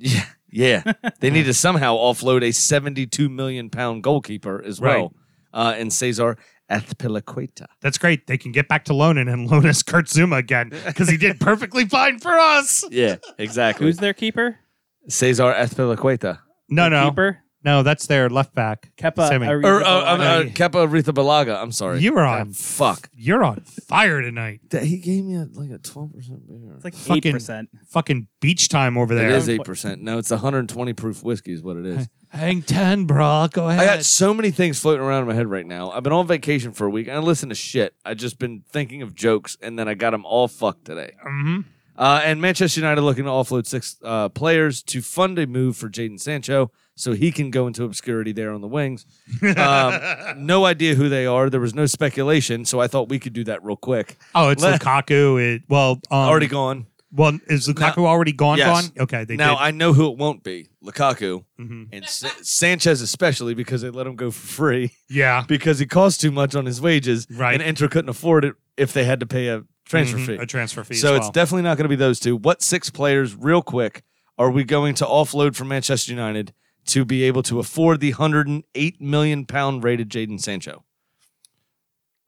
Yeah, yeah. they need to somehow offload a 72 million pound goalkeeper as well, uh, and Cesar Azpilicueta.
That's great. They can get back to Lonan and loan us Kurt Zuma again because he did perfectly fine for us.
Yeah, exactly.
Who's their keeper?
Cesar Azpilicueta.
No, no,
Keeper?
no. That's their left back.
Kepa.
Sammy.
Arrizabalaga.
Or uh, um, uh, Kepa Arrizabalaga. I'm sorry.
You were
God,
on-
fuck.
You're on fire tonight.
That- He gave me a, like a 12% beer.
it's like
fucking-
8%.
Fucking beach time over
it
there.
is 8%. No, it's 120 proof whiskey is what it is.
Hang ten, bro. Go ahead.
I got so many things floating around in my head right now. I've been on vacation for a week and I listen to shit. I just been thinking of jokes and then I got them all fucked today.
Mhm.
Uh, and Manchester United looking to offload six uh, players to fund a move for Jaden Sancho so he can go into obscurity there on the wings. Um, no idea who they are. There was no speculation, so I thought we could do that real quick.
Oh, it's
Le-
Lukaku. It well um,
Already gone.
Well, is Lukaku already gone?
Yes.
Gone? Okay. They
now
did.
I know who it won't be Lukaku
Mhm.
and Sa- Sanchez, especially because they let him go for free
Yeah.
because he cost too much on his wages.
Right.
And Inter couldn't afford it if they had to pay a transfer
Mhm,
fee.
A transfer fee.
So
as
it's
well.
definitely not going to be those two. What six players, real quick, are we going to offload from Manchester United to be able to afford the 108 million pound rated Jaden Sancho?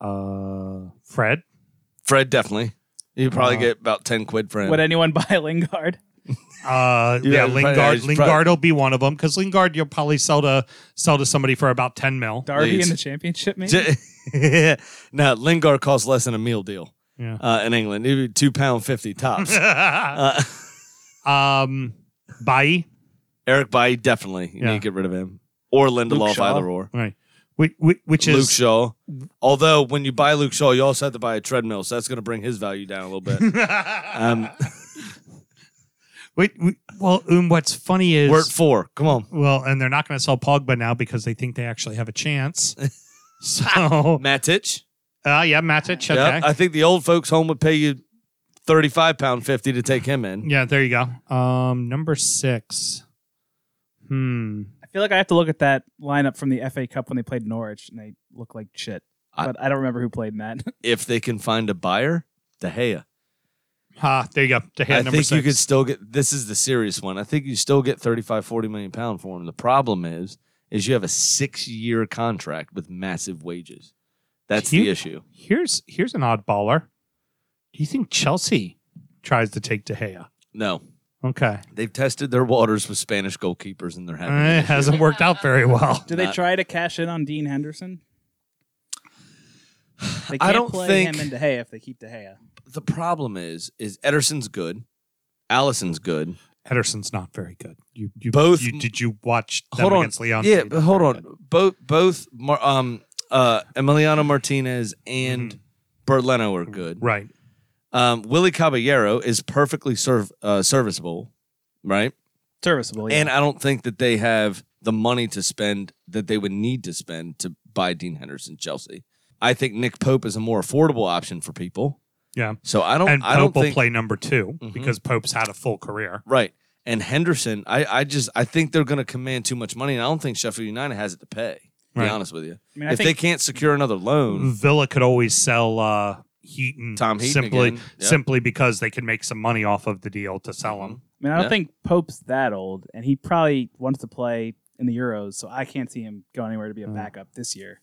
uh, Fred.
Fred, definitely. You probably
Uh,
get about 10 quid for him.
Would anyone buy Lingard?
Uh,
Yeah,
yeah,
he's probably-
Lingard.
he's probably-
Lingard will be one of them because Lingard you'll probably sell to sell to somebody for about ten mil.
Darby
Leeds.
in the championship, maybe?
J- no, Lingard costs less than a meal deal
Yeah.
uh, in England. It'd be two pound fifty tops. uh,
um, Bai.
Eric Bailly, definitely. You
Yeah.
need to get rid of him. Or
Luke
Lindelof,
Shaw.
either or.
Right. Which, which
Luke
is
Shaw. Although when you buy Luke Shaw, you also have to buy a treadmill, so that's going to bring his value down a little bit. um,
Wait, we, well, um, what's funny is
We're at four. Come on.
well, and they're not going to sell Pogba now because they think they actually have a chance. so,
Matic.
uh, yeah, Matic. Okay,
Yep. I think the old folks home would pay you thirty-five pound fifty to take him in.
yeah, there you go. Um, number six. Hmm.
I feel like I have to look at that lineup from the FA Cup when they played Norwich, and they look like shit.
I-
but I don't remember who played in that.
If they can find a buyer, De Gea.
Ha, there you go. De Gea,
I
number
think
six.
you could still get this is the serious one. I think you still get 35, 40 million pound for him. The problem is, is you have a six year contract with massive wages. That's
You-
the issue.
Here's here's an oddballer. Do you think Chelsea tries to take De Gea?
No.
Okay,
They've tested their waters with Spanish goalkeepers and they're having
Eh,
an
it
issue.
hasn't worked out very well.
Did they
Not-
try to cash in on Dean Henderson? They
I
can't
don't
play
think-
him and De Gea if they keep De Gea.
the problem is, is Ederson's good. Allison's good.
Ederson's not very good. You, you
Both-
You, did you watch them
hold on.
against Leon?
yeah, but hold on. Both both Mar- um uh Emiliano Martinez and
Mm-hmm.
Berlino are good.
Right.
Um, Willie Caballero is perfectly serv- uh, serviceable, right?
Serviceable, yeah.
And I don't think that they have the money to spend that they would need to spend to buy Dean Henderson Chelsea. I think Nick Pope is a more affordable option for people.
Yeah.
So I don't.
and
I
Pope
don't
will
think
play number 2
Mhm.
because Pope's had a full career.
right. And Henderson, I, I just I think they're going to command too much money, and I don't think Sheffield United has it to pay. To be
Right. Mm.
honest with you,
I mean, I
if they
think
can't secure another loan,
Villa could always sell uh, Heaton,
Tom Heaton
simply
again. Yeah.
simply because they could make some money off of the deal to sell him.
I, mean, I don't
yeah.
think Pope's that old, and he probably wants to play in the Euros, so I can't see him going anywhere to
Mm.
be a backup this year.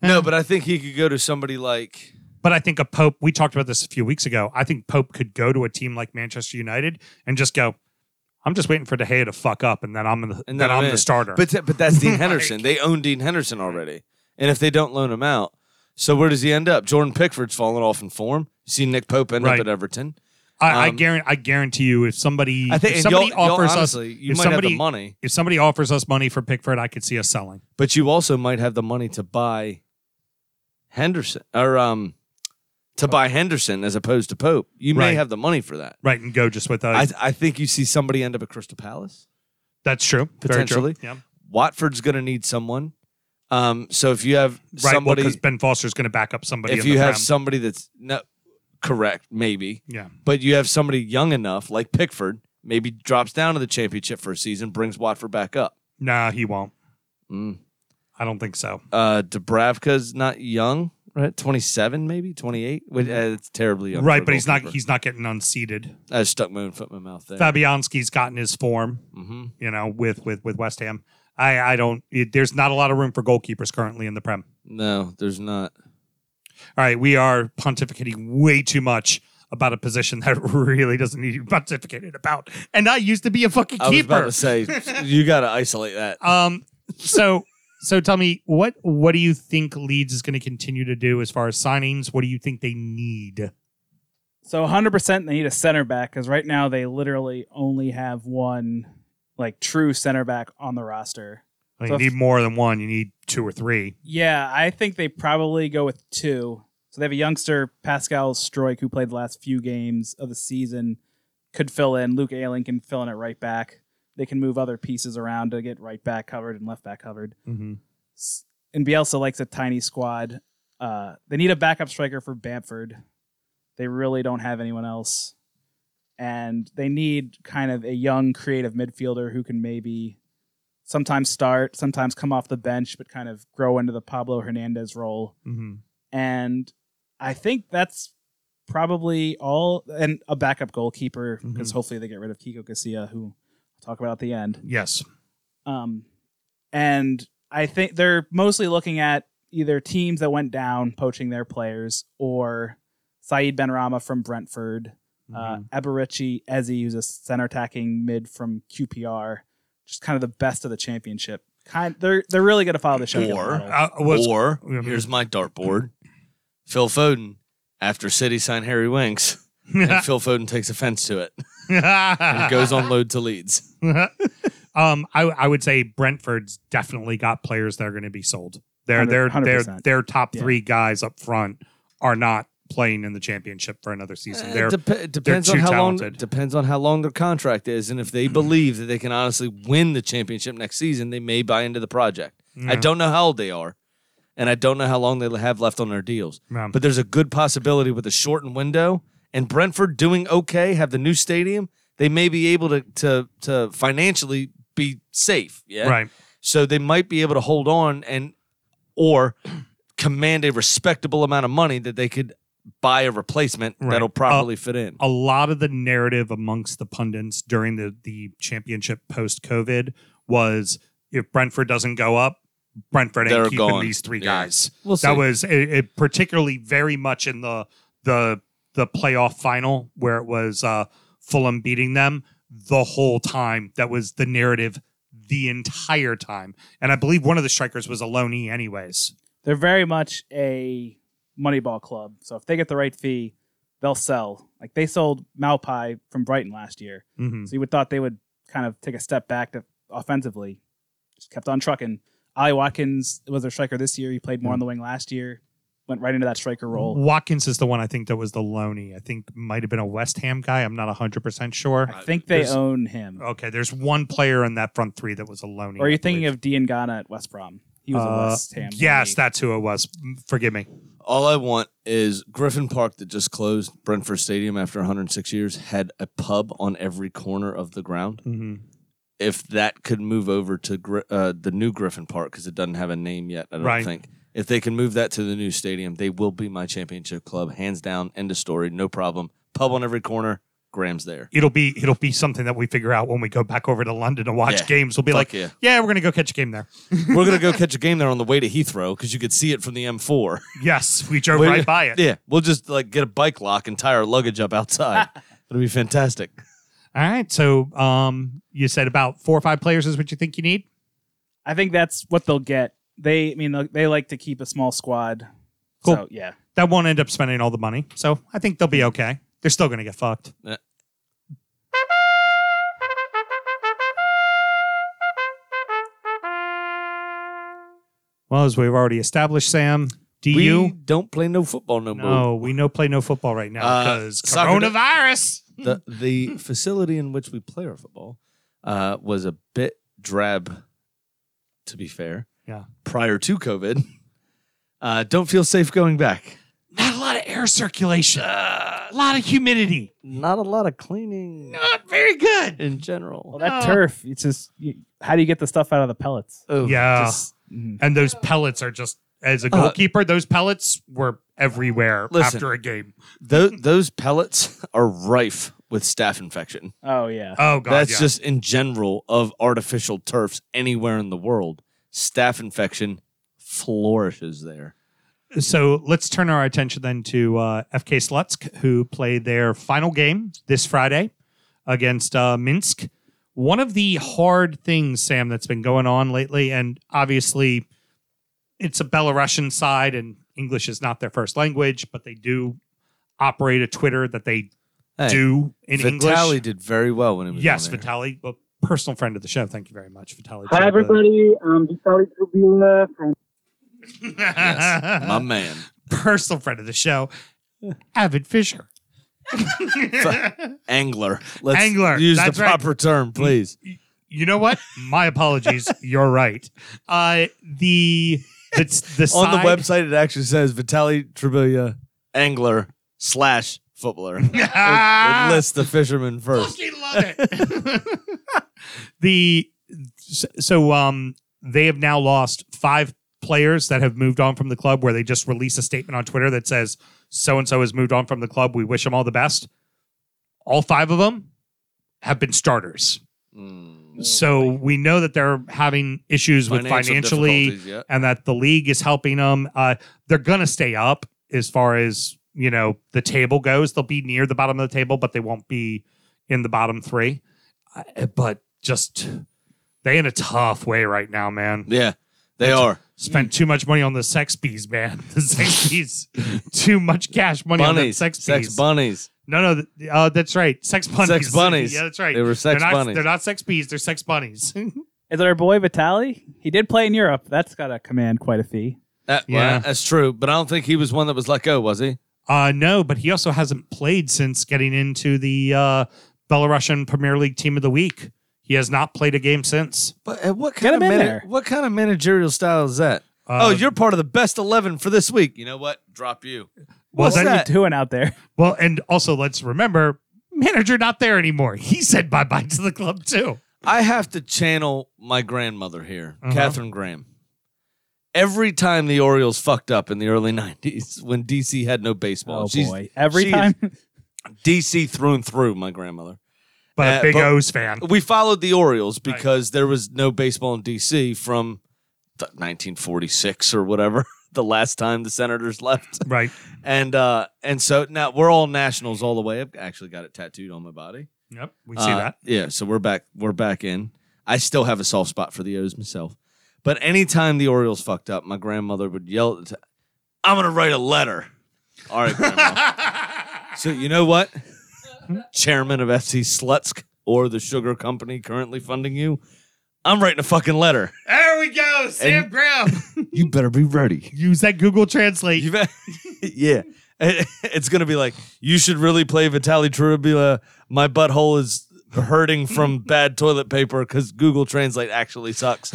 no, but I think he could go to somebody like
But I think a Pope. We talked about this a few weeks ago. I think Pope could go to a team like Manchester United and just go. I'm just waiting for De Gea to fuck up, and then I'm the,
And
and
then
then,
I'm
I'm,
in.
the starter.
But th- but that's Dean Henderson. They own Dean Henderson already, and if they don't loan him out, so where does he end up? Jordan Pickford's fallen off in form. You see Nick Pope end
Right.
up at Everton.
I, I
um,
guarantee. I guarantee you, if somebody,
I think
if
and
somebody
y'all, y'all
offers
honestly,
us,
you
if
might have
somebody,
the money,
if somebody offers us money for Pickford, I could see us selling.
but you also might have the money to buy Henderson or um to buy Henderson as opposed to Pope. You may
Right.
have the money for that.
Right, and go just with
I,
us.
I think you see somebody end up at Crystal Palace.
That's true. Very true.
potentially.
Yeah.
Watford's going to need someone. Um, so if you have
Right,
somebody,
because Ben Foster's going to back up somebody.
if
in the
you have
prem.
somebody that's no correct, maybe,
yeah,
but you have somebody young enough like Pickford, maybe drops down to the championship for a season, brings Watford back up.
nah, he won't.
Mm.
I don't think so.
Uh, Dubravka's not young, right? Twenty seven, maybe twenty eight. Uh, it's terribly young,
Mm-hmm. right,
for a
but he's not.
goalkeeper.
He's not getting unseated.
I stuck my own foot in my mouth there.
Fabianski's gotten his form,
hmm
you know, with with with West Ham. I I don't. It, there's not a lot of room for goalkeepers currently in the prem.
No, there's not.
All right, we are pontificating way too much about a position that really doesn't need to be pontificated about. And I used to be a fucking
I was about
keeper.
to say you got to isolate that.
Um, so so tell me what what do you think Leeds is going to continue to do as far as signings? What do you think they need?
So 100% they need a center back because right now they literally only have one like true center back on the roster.
Well,
So
you
if-
need more than one. You need two or three.
Yeah, I think they probably go with two. So they have a youngster, Pascal Stroik, who played the last few games of the season, could fill in. Luke Ayling can fill in at right back. They can move other pieces around to get right back covered and left back covered.
Mm-hmm.
S- And Bielsa likes a tiny squad. Uh, they need a backup striker for Bamford. They really don't have anyone else. And they need kind of a young, creative midfielder who can maybe sometimes start, sometimes come off the bench, but kind of grow into the Pablo Hernandez role.
Mm-hmm.
And I think that's probably all. And a backup goalkeeper, because
Mhm.
hopefully they get rid of Kiko Casilla, who I'll talk about at the end.
Yes.
Um, and I think they're mostly looking at either teams that went down poaching their players or Saeed Benrahma from Brentford, uh, Eberici Ezzi, who's a center attacking mid from QPR, just kind of the best of the championship. Kind, they're they're really going to follow the Sheffield
Or-
model.
Uh, was-
or
Mhm.
here's my dartboard. Phil Foden, after City signed Harry Winks, and Phil Foden takes offense to it and goes on load to Leeds.
um, I, I would say Brentford's definitely got players that are going to be sold. They're
Hundred-
they're
hundred
they're
percent.
their top
Yeah.
three guys up front are not playing in the championship for another season.
Eh,
They're
dep- it depends on
too
how long
talented. Mm-hmm.
depends on how long their contract is, and if they believe that they can honestly win the championship next season, they may buy into the project. I
Yeah.
don't know how old they are, and I don't know how long they have left on their deals.
Yeah.
But there's a good possibility with a shortened window and Brentford doing okay, have the new stadium, they may be able to to to financially be safe. Yeah,
right.
so they might be able to hold on and or command a respectable amount of money that they could buy a replacement
Right. Uh,
that'll properly fit in.
a lot of the narrative amongst the pundits during the the championship post COVID was if Brentford doesn't go up, Brentford ain't
They're
keeping
gone.
these three
Yeah.
guys.
We'll
that
see.
was it, it particularly very much in the the the playoff final where it was uh, Fulham beating them the whole time. That was the narrative the entire time, and I believe one of the strikers was Aloni, anyways.
They're very much a Moneyball club. So if they get the right fee, they'll sell. Like they sold Malpai from Brighton last year.
Mm-hmm.
So you would thought they would kind of take a step back to offensively. Just kept on trucking. Ali Watkins was their striker this year. He played more on the wing last year. Went right into that striker role.
Watkins is the one I think that was the Loney. I think might have been a West Ham guy. I'm not 100% sure.
I think they
There's-
own him.
Okay, there's one player in that front three that was a loney.
Or
Oh,
are
I
you thinking
believe.
of Dean Ghana at West Brom? He was a
Uh,
West Ham.
Yes,
loanee.
that's who it was. Mm, Forgive me.
All I want is Griffin Park that just closed, Brentford Stadium after 106 years had a pub on every corner of the ground. If that could move over to Gri- uh, the new Griffin Park because it doesn't have a name yet, I don't
Right.
think. If they can move that to the new stadium, they will be my championship club, hands down. End of story, no problem. Pub on every corner, Graham's there.
It'll be it'll be something that we figure out when we go back over to London to watch
Yeah.
games. We'll be
Fuck
like,
yeah.
yeah. we're gonna go catch a game there.
We're gonna go catch a game there on the way to Heathrow because you could see it from the M4.
yes, we drove
Wait,
right by it.
Yeah, we'll just like get a bike lock and tie our luggage up outside. It'll be fantastic.
All right. So, um, you said about four or five players is what you think you need.
I think that's what they'll get. They, I mean, they- they like to keep a small squad.
Cool.
So, yeah.
That won't end up spending all the money. So I think they'll be okay. They're still gonna get fucked.
Uh,
Well, as we've already established, Sam, do
we
you?
don't play no football no, more.
No, we no play no football right now
Uh,
because
soccer-
coronavirus.
The the facility in which we play our football uh, was a bit drab, to be fair.
Yeah.
Prior to COVID, uh, don't feel safe going back.
Not a lot of air circulation. a lot of humidity.
Not a lot of cleaning
Not very good.
in general.
Well, that
Uh.
turf, it's just, you, how do you get the stuff out of the pellets?
Oh,
Yeah.
Just- mhm.
and those pellets are just, as a
Uh,
goalkeeper, those pellets were everywhere
Listen.
after a game.
Tho- those pellets are rife with staph infection.
Oh, yeah.
Oh, God.
That's
yeah.
just in general of artificial turfs anywhere in the world. Staph infection flourishes there.
So let's turn our attention then to uh, FK Slutsk, who played their final game this Friday against uh, Minsk. One of the hard things, Sam, that's been going on lately, and obviously it's a Belarusian side, and English is not their first language, but they do operate a Twitter that they
Hey,
do in
Vitaly
English.
did very well when he was
Yes,
on there.
Vitaly, a personal friend of the show. Thank you very much, Vitaly.
Hi everybody, I'm Vitaly uh, Trubin from
Yes,
Uh,
my man.
personal friend of the show, Avid Fisher.
Angler. Let's
Angler,
Use
that's
the
right. Mm,
proper term, please.
you know what? My apologies. You're right. Uh, the the, the
on the
side-
website, it actually says Vitaly Trebilia angler slash footballer. it,
Ah.
it lists the fisherman first.
Fucking love it. the so um they have now lost five players that have moved on from the club where they just release a statement on Twitter that says so and so has moved on from the club. We wish them all the best. All five of them have been starters.
Mm.
so we know that they're having issues with
Financial
financially
difficulties, yeah.
and that the league is helping them. Uh, they're gonna stay up as far as you know the table goes. They'll be near the bottom of the table, but they won't be in the bottom three. Uh, but just they in a tough way right now, man.
Yeah, they are. Hmm.
Spent too much money on the sex bees, man. The sex bees, too much cash money on the
Bunnies.
sex bees.
Sex bunnies.
no, no, th- uh, that's right. Sex bunnies.
Sex bunnies.
yeah, that's right.
They were sex
they're not,
bunnies.
They're not sex bees. They're sex bunnies.
Is it our boy Vitali? He did play in Europe. That's got to command quite a fee.
That, well,
Yeah.
that's true, but I don't think he was one that was let go, was he?
Uh, no, but he also hasn't played since getting into the uh, Belarusian Premier League Team of the Week. He has not played a game since.
But uh, what kind
him
of
in
mana-
there. Um,
what kind of managerial style is that?
Uh,
oh, you're part of the best eleven for this week. You know what? Drop you.
Well,
What's
then
that?
you doing out there?
Well, and also let's remember, manager not there anymore. He said bye bye to the club too.
I have to channel my grandmother here,
Uh-huh.
Catherine Graham. Every time the Orioles fucked up in the early '90s when DC had no baseball,
Oh
she's
boy! Every
she is-
time
DC through and through. My grandmother.
But
Uh,
a big
but-
O's fan.
we followed the Orioles
Right.
because there was no baseball in DC from th- 1946 or whatever the last time the Senators left,
Right.
and uh, and so now we're all Nationals all the way. I've actually got it tattooed on my body.
Yep. We see
Uh,
that.
Yeah, so we're back. We're back in. I still have a soft spot for the O's myself, but anytime the Orioles fucked up, my grandmother would yell, at the t- "I'm gonna write a letter." All right, grandma. so you know what?
Hmm?
Chairman of FC Slutsk or the sugar company currently funding you, I'm writing a fucking letter.
There we go.
Sam
Graham.
You better be ready.
Use that Google Translate.
You bet. yeah. It's gonna be like you should really play Vitali Trubula. My butthole is hurting from bad toilet paper because Google Translate actually sucks.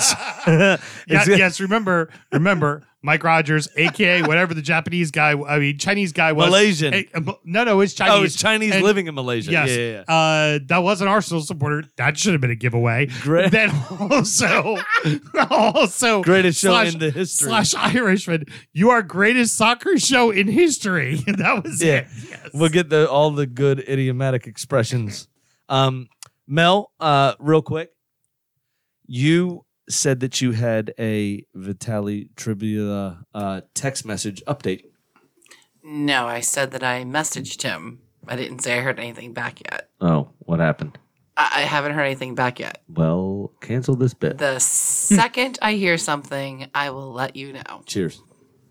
so-
Yeah,
it's gonna-
yes, remember, remember, Mike Rogers, aka whatever the Japanese guy, I mean Chinese guy was.
Malaysian.
Hey, uh, bu- no, no, it's Chinese.
Oh, it's Chinese
And-
living in Malaysia.
Yes,
Yeah, yeah, yeah.
Uh, that was an Arsenal supporter. That should have been a giveaway.
Great.
Then also, also
Greatest show
slash-
in the history.
slash Irishman. You are greatest soccer show in history. that was
Yeah.
it. Yes.
We'll get the all the good idiomatic expressions. Um, Mel, uh, real quick, you said that you had a Vitali Tribula uh, text message update.
No, I said that I messaged him. I didn't say I heard anything back yet.
Oh, what happened?
I, I haven't heard anything back yet.
Well, cancel this bit.
The second I hear something, I will let you know.
Cheers.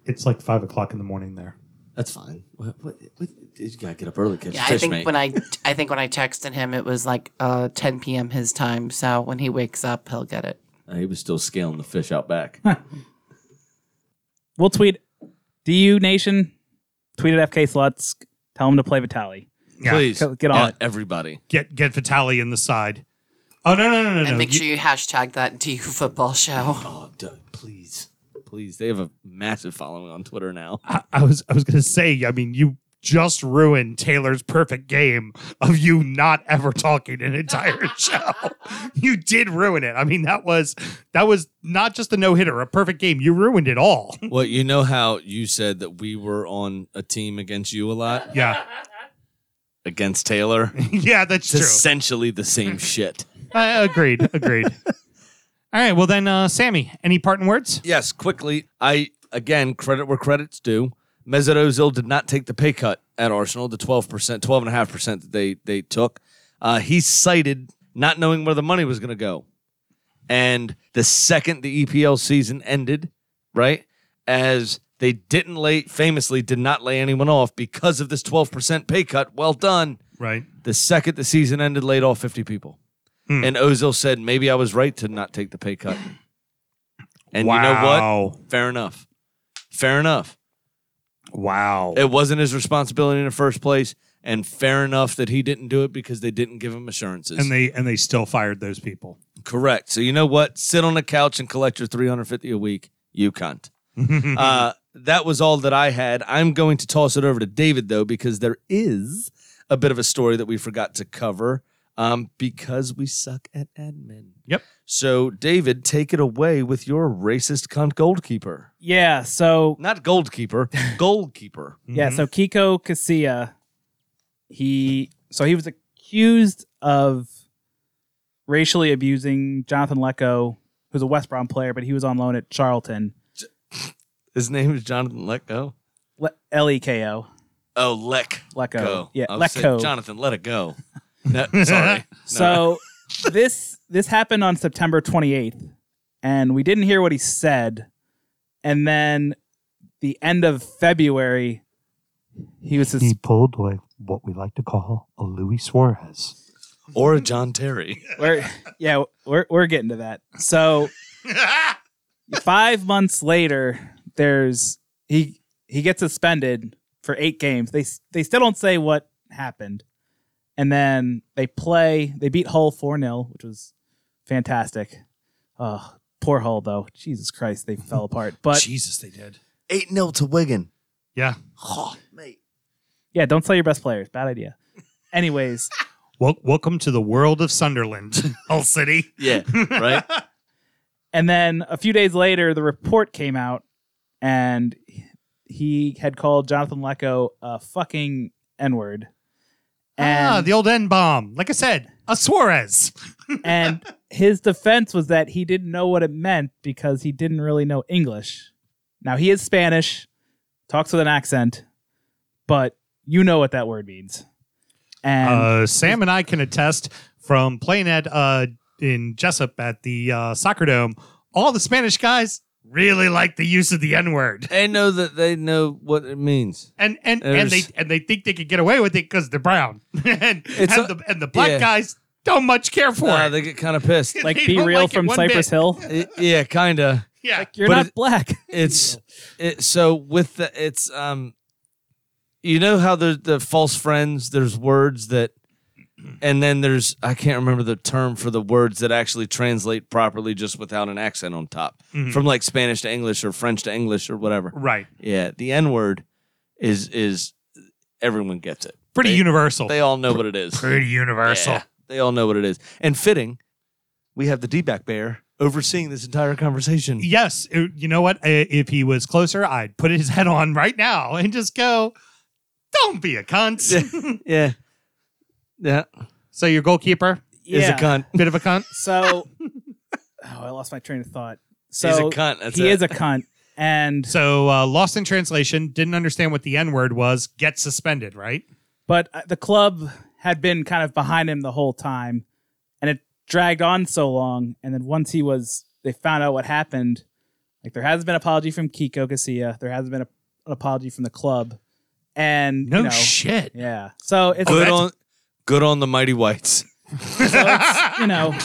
It's like five o'clock in the morning there.
That's fine. What, what, what, you gotta get up early, catch
Yeah, I
fish,
think
mate.
when I I think when I texted him, it was like uh, 10 p.m. his time. So when he wakes up, he'll get it.
Uh, he was still scaling the fish out back.
we'll tweet. DU Nation, tweet at FK Slutsk. Tell him to play Vitali.
Yeah.
Please
co- get on
uh,
it.
everybody.
Get get Vitali in the side. Oh no no no no no.
And make
You-
sure you hashtag that DU football show.
Oh, d- please, please. They have a massive following on Twitter now.
I, I was I was gonna say. I mean, you just ruined Taylor's perfect game of you not ever talking an entire show. You did ruin it. I mean, that was that was not just a no hitter, a perfect game. You ruined it all.
Well, you know how you said that we were on a team against you a lot?
Yeah,
Against Taylor?
yeah, that's
It's
true.
essentially the same shit.
I agreed. Agreed. all right. Well, then, uh, Sammy, any parting words?
Yes, quickly. I, again, credit where credit's due. Mesut Ozil did not take the pay cut at Arsenal, the 12%, 12.5% that they, they took. Uh, he cited not knowing where the money was going to go. And the second the EPL season ended, right, as they didn't lay, famously did not lay anyone off because of this 12% pay cut. Well done.
Right.
The second the season ended, laid off 50 people.
Hmm.
And Ozil said, maybe I was right to not take the pay cut. And you know what? Fair enough. Fair enough.
Wow.
It wasn't his responsibility in the first place. And fair enough that he didn't do it because they didn't give him assurances.
And they and they still fired those people.
Correct. So you know what? Sit on the couch and collect your 350 a week. You cunt. uh, that was all that I had. I'm going to toss it over to David though, because there is a bit of a story that we forgot to cover um, because we suck at admin.
Yep.
So David, take it away with your racist cunt goalkeeper.
Yeah. So
Not goalkeeper, goalkeeper.
Yeah,
Mm-hmm.
so Kiko Casilla, he so he was accused of racially abusing Jonathan Lecco, who's a West Brom player, but he was on loan at Charlton.
His name is Jonathan Letgo.
Le- L E K O.
Oh, Lek.
Lecco.
Go.
Yeah,
I was saying,
Lecco.
Jonathan, let it go. No, sorry.
So this this happened on September 28th, and we didn't hear what he said. And then the end of February, he was sus-
pulled with what we like to call a Louis Suarez.
Or a John Terry.
we're yeah we're we're getting to that. So five months later, there's he he gets suspended for eight games. They they still don't say what happened, and then they play. They beat Hull four 0 which was fantastic. Uh, poor Hull though. Jesus Christ, they fell apart. But
Jesus, they did.
8 0 to Wigan.
Yeah.
Oh, mate.
yeah, don't sell your best players. Bad idea. Anyways,
Wel- welcome to the world of Sunderland, Hull City.
Yeah, right?
And then a few days later, the report came out, and he had called Jonathan Lecco a fucking n word,
ah,
and
the old N bomb. Like I said, a Suarez.
and his defense was that he didn't know what it meant because he didn't really know English. Now he is Spanish, talks with an accent, but you know what that word means. And
Uh, Sam and I can attest from playing at uh, in Jessup at the uh, Soccer Dome. All the Spanish guys really like the use of the N word,
They know that they know what it means.
and and and they
There's-
and they think they can get away with it because they're brown, and and,
It's a-
the, and the black
yeah.
guys don't much care for
Nah,
it.
they get kind of pissed.
like
they
be
don't
real
like it
from
one
Cypress
bit.
Hill,
It- yeah, kind of.
yeah,
you're
But
not
it-
black.
it's it, so with the it's um you know how there's the false friends there's words that and then there's i can't remember the term for the words that actually translate properly just without an accent on top
Mhm.
from like spanish to english or french to english or whatever
right.
yeah the n word is is everyone gets it
Pretty
They-
universal.
they all know what it is
Pretty universal.
Yeah, they all know what it is and fitting we have the d-back bear overseeing this entire conversation
Yes, it- you know what? I- If he was closer, I'd put his head on right now and just go. Don't be a cunt.
yeah yeah
so your goalkeeper,
is a cunt
bit of a cunt.
So, oh, I lost my train of thought. So
He's a cunt. That's
he
it.
is a cunt, and
So uh, lost in translation, didn't understand what the N word was, get suspended, right?
but uh, the club had been kind of behind him the whole time, and it dragged on so long. And then once he was, they found out what happened. Like there hasn't been an apology from Kiko Casilla. There hasn't been a, an apology from the club, and you know,
shit.
yeah. So it's
good
that's-
on good on the mighty whites.
So it's, you know,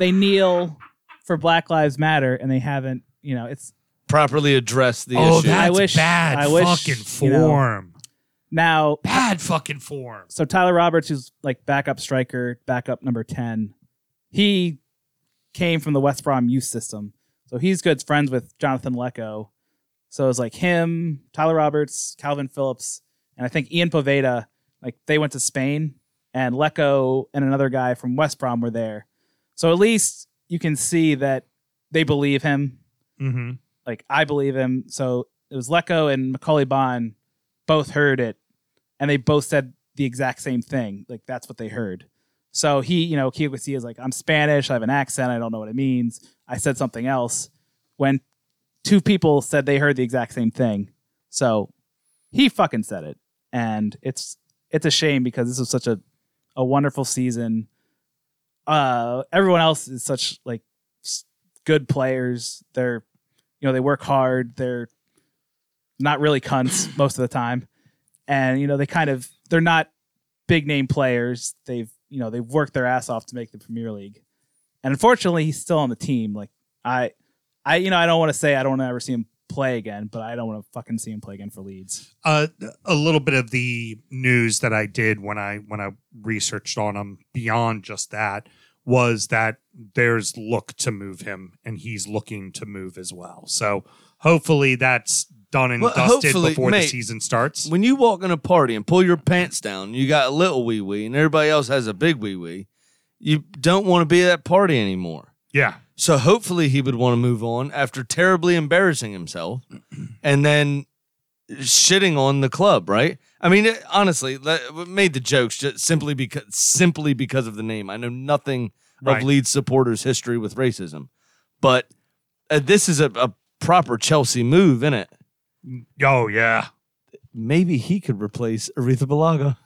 they kneel for Black Lives Matter, and they haven't. You know, it's
Properly address the
oh,
issue.
that's
I wish-
bad
I wish,
fucking
you know-
form.
now
Bad fucking form.
so Tyler Roberts, who's like backup striker, backup number 10, he came from the West Brom youth system. So he's good friends with Jonathan Lecco. So it's like him, Tyler Roberts, Calvin Phillips, and I think Ian Poveda, like they went to Spain and Lecco and another guy from West Brom were there. So at least you can see that they believe him
Mm-hmm.
like I believe him. So it was Lecco and Macaulay Bond both heard it, and they both said the exact same thing. Like that's what they heard. So he, you know, Kiyokusi is like, I'm Spanish. I have an accent. I don't know what it means. I said something else when two people said they heard the exact same thing. So he fucking said it, and it's it's a shame because this was such a a wonderful season. Uh, everyone else is such like s- good players. They're you know they work hard they're not really cunts most of the time and you know they kind of they're not big name players they've you know they've worked their ass off to make the premier league and unfortunately he's still on the team like i i you know i don't want to say i don't want to ever see him play again but i don't want to fucking see him play again for leeds
uh, a little bit of the news that I did when I when I researched on him beyond just that was that there's look to move him and he's looking to move as well. So hopefully that's done and
Well,
dusted
hopefully,
before the
mate,
season starts.
When you walk in a party and pull your pants down, you got a little wee wee, and everybody else has a big wee wee. You don't want to be at that party anymore.
yeah.
So hopefully he would want to move on after terribly embarrassing himself, and then shitting on the club. Right? I mean, it, honestly, that- we made the jokes just simply because simply because of the name. I know nothing
Right.
of Leeds supporters' history with racism, but uh, this is a, a proper Chelsea move, is it?
Oh yeah.
maybe he could replace Aretha Balaga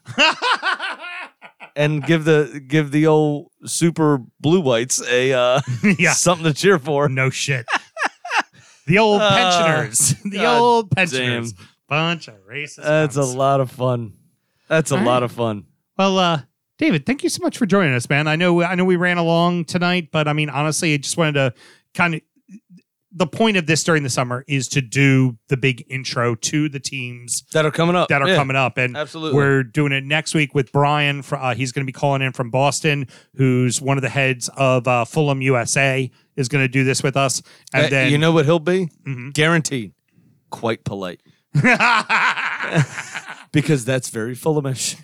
and give the give the old super blue whites a uh,
Yeah.
something to cheer for.
No shit. the old
Uh,
pensioners. The
God
old pensioners. Bunch of racist.
That's a
cunts.
lot of fun. That's a
All
lot
right.
of fun.
Well, uh, David, thank you so much for joining us, man. I know I know we ran along tonight, but I mean, honestly, I just wanted to kind of the point of this during the summer is to do the big intro to the teams
that are coming up.
that are
Yeah.
coming up, and
Absolutely.
we're doing it next week with Brian. fr- uh, he's going to be calling in from Boston, who's one of the heads of uh, Fulham USA, is going to do this with us, and
Uh,
then
you know what he'll be?
Mhm.
Guaranteed. Quite polite. Because that's very Fulhamish.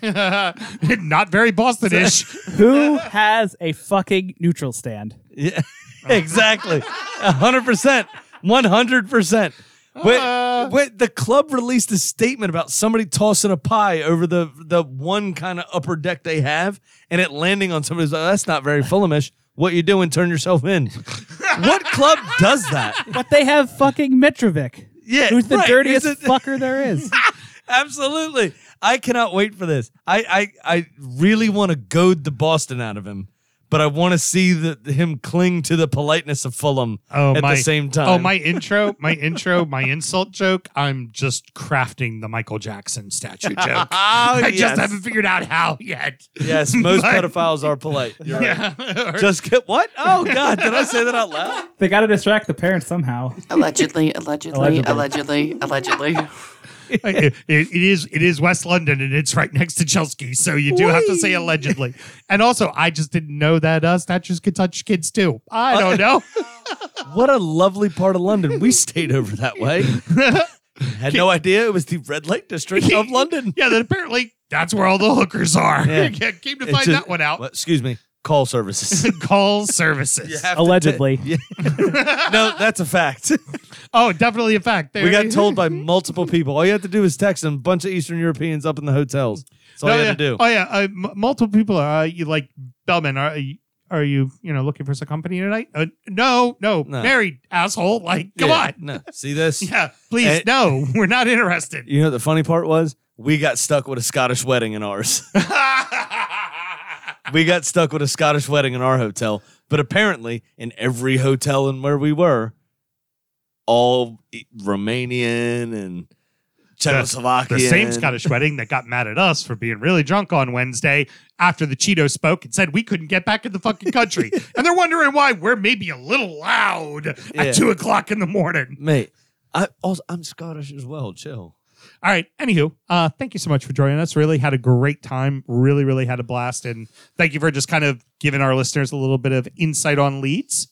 not very Bostonish.
Who has a fucking neutral stand?
Yeah, exactly. A hundred percent. One hundred percent.
Uh-huh.
Wait, wait, the club released a statement about somebody tossing a pie over the the one kind of upper deck they have, and it landing on somebody's. Oh, that's not very Fulhamish. What you doing? Turn yourself in. what club does that?
But they have fucking Mitrovic,
Yeah,
who's the
right,
dirtiest
isn't-
fucker there is.
Absolutely. I cannot wait for this. I I, I really want to goad the Boston out of him, but I want to see the, him cling to the politeness of Fulham
Oh,
at
my,
the same time.
Oh, my intro, my intro, my insult joke. I'm just crafting the Michael Jackson statue joke. I just haven't figured out how yet.
Ah, Yes, most
But-
pedophiles are polite. You're right.
Yeah.
Just get what? Oh God! Did I say that out loud?
They got to distract the parents somehow.
Allegedly, allegedly, allegedly, allegedly.
it, it it is it is West London and it's right next to Chelsea, so you do have to say allegedly. And also, I just didn't know that uh, statues could touch kids too. I
Uh,
don't know.
What a lovely part of London. We stayed over that way. Had no idea it was the red light district of London.
yeah, then apparently that's where all the hookers are.
Yeah.
Came to
It's
find
just-
that one
Well,
out.
excuse me. Call services.
Call services.
Allegedly.
no, that's a fact.
Oh, definitely a fact.
We got
There-
told by multiple people. All you have to do is text them. A bunch of Eastern Europeans up in the hotels. That's all
No,
you
yeah.
have to do.
Oh yeah, uh, m- multiple people are uh, you like Bellman? Are you, are you you know looking for some company tonight? Uh, no, no,
No.
married asshole. Like, come
Yeah.
on.
No, see this?
Yeah, please,
Eh.
no, we're not interested.
You know what the funny part was? We got stuck with a Scottish wedding in ours. we got stuck with a Scottish wedding in our hotel, but apparently in every hotel in where we were, all e- Romanian and Czechoslovakian.
the same Scottish wedding that got mad at us for being really drunk on Wednesday after the Cheeto spoke and said we couldn't get back in the fucking country. and they're wondering why we're maybe a little loud
Yeah.
at two o'clock in the morning.
Mate, I also, I'm Scottish as well. Chill.
All right. Anywho, uh, thank you so much for joining us. Really had a great time. Really, really had a blast. And thank you for just kind of giving our listeners a little bit of insight on leads.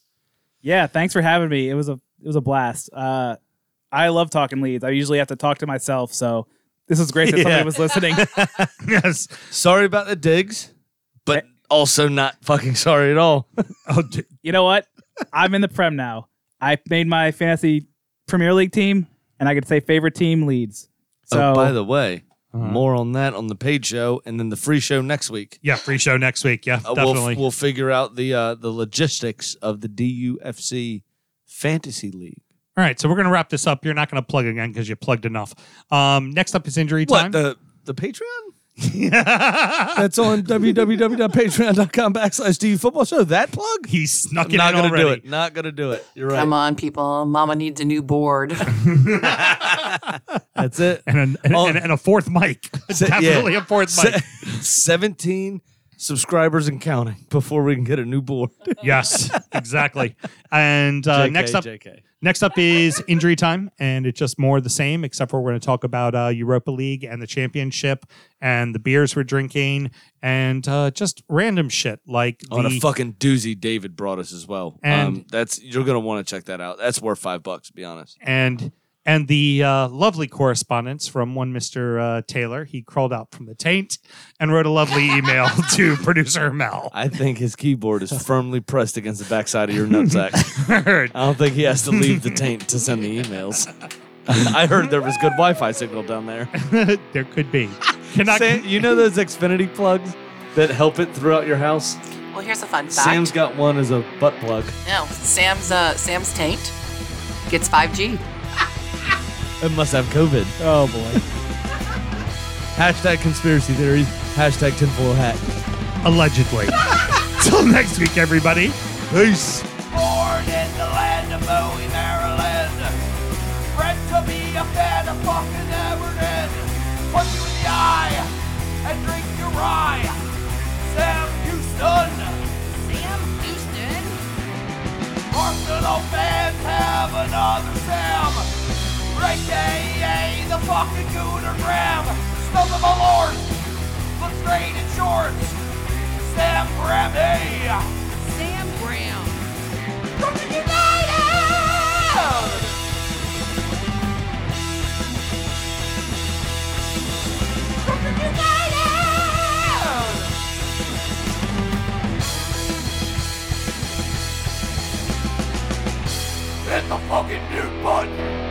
Yeah, thanks for having me. It was a it was a blast. Uh, I love talking leads. I usually have to talk to myself, so this is great that
Yeah.
somebody was listening.
yes.
Sorry about the digs, but also not fucking sorry at all.
Oh, d-
you know what? I'm in the prem now. I made my fantasy Premier League team, and I could say favorite team leads. So
oh, by the way,
Uh-huh.
more on that on the paid show and then the free show next week.
yeah. Free show next week. Yeah.
Uh, we'll,
definitely.
we'll figure out the uh, the logistics of the DUFC Fantasy League.
All right. So we're going to wrap this up. You're not going to plug again because you plugged enough. Um, next up is injury time.
What the the Patreon? That's on www.patreon.com backslash DU football show. That plug?
he snuck it
Not
in
gonna
already.
do it. Not gonna do it. You're right.
Come on, people. Mama needs a new board.
That's it.
And, an, and,
Oh.
and, and a fourth mic.
Se- yeah.
definitely a fourth
Se-
mic.
Seventeen subscribers and counting before we can get a new board.
yes. Exactly. And uh,
JK,
next up.
JK.
Next up is injury time, and it's just more of the same, except for we're going to talk about uh, Europa League and the championship and the beers we're drinking and uh, just random shit like
on
the
a fucking doozy David brought us as well. um,
And-
that's you're gonna want to check that out. That's worth five bucks, to be honest.
and and the uh, lovely correspondence from one Mister uh, Taylor. He crawled out from the taint and wrote a lovely email to producer Mel.
I think his keyboard is firmly pressed against the backside of your nutsack.
Heard.
I don't think he has to leave the taint to send the emails. I heard there was good Wi-Fi signal down there.
there could be. Cannot.
Sam, you know those Xfinity plugs that help it throughout your house?
Well, here's a fun fact.
Sam's got one as a butt plug.
no, Sam's uh, Sam's taint gets 5G.
It must have COVID.
oh boy,
Hashtag conspiracy theories. Hashtag tinfoil hat.
allegedly. Till next week, everybody. Peace.
Born in the land of Bowie, Maryland. Bred to be a fan of fucking Everton. Punch you in the eye and drink your rye. Sam Houston.
Sam Houston.
Arsenal fans have have another Sam. Right day, the fucking Gooner Graham. Stump of a lord. Look straight in shorts. Sam Graham, hey.
Sam Graham.
Brooklyn United! Brooklyn United! Hit the fucking mute button!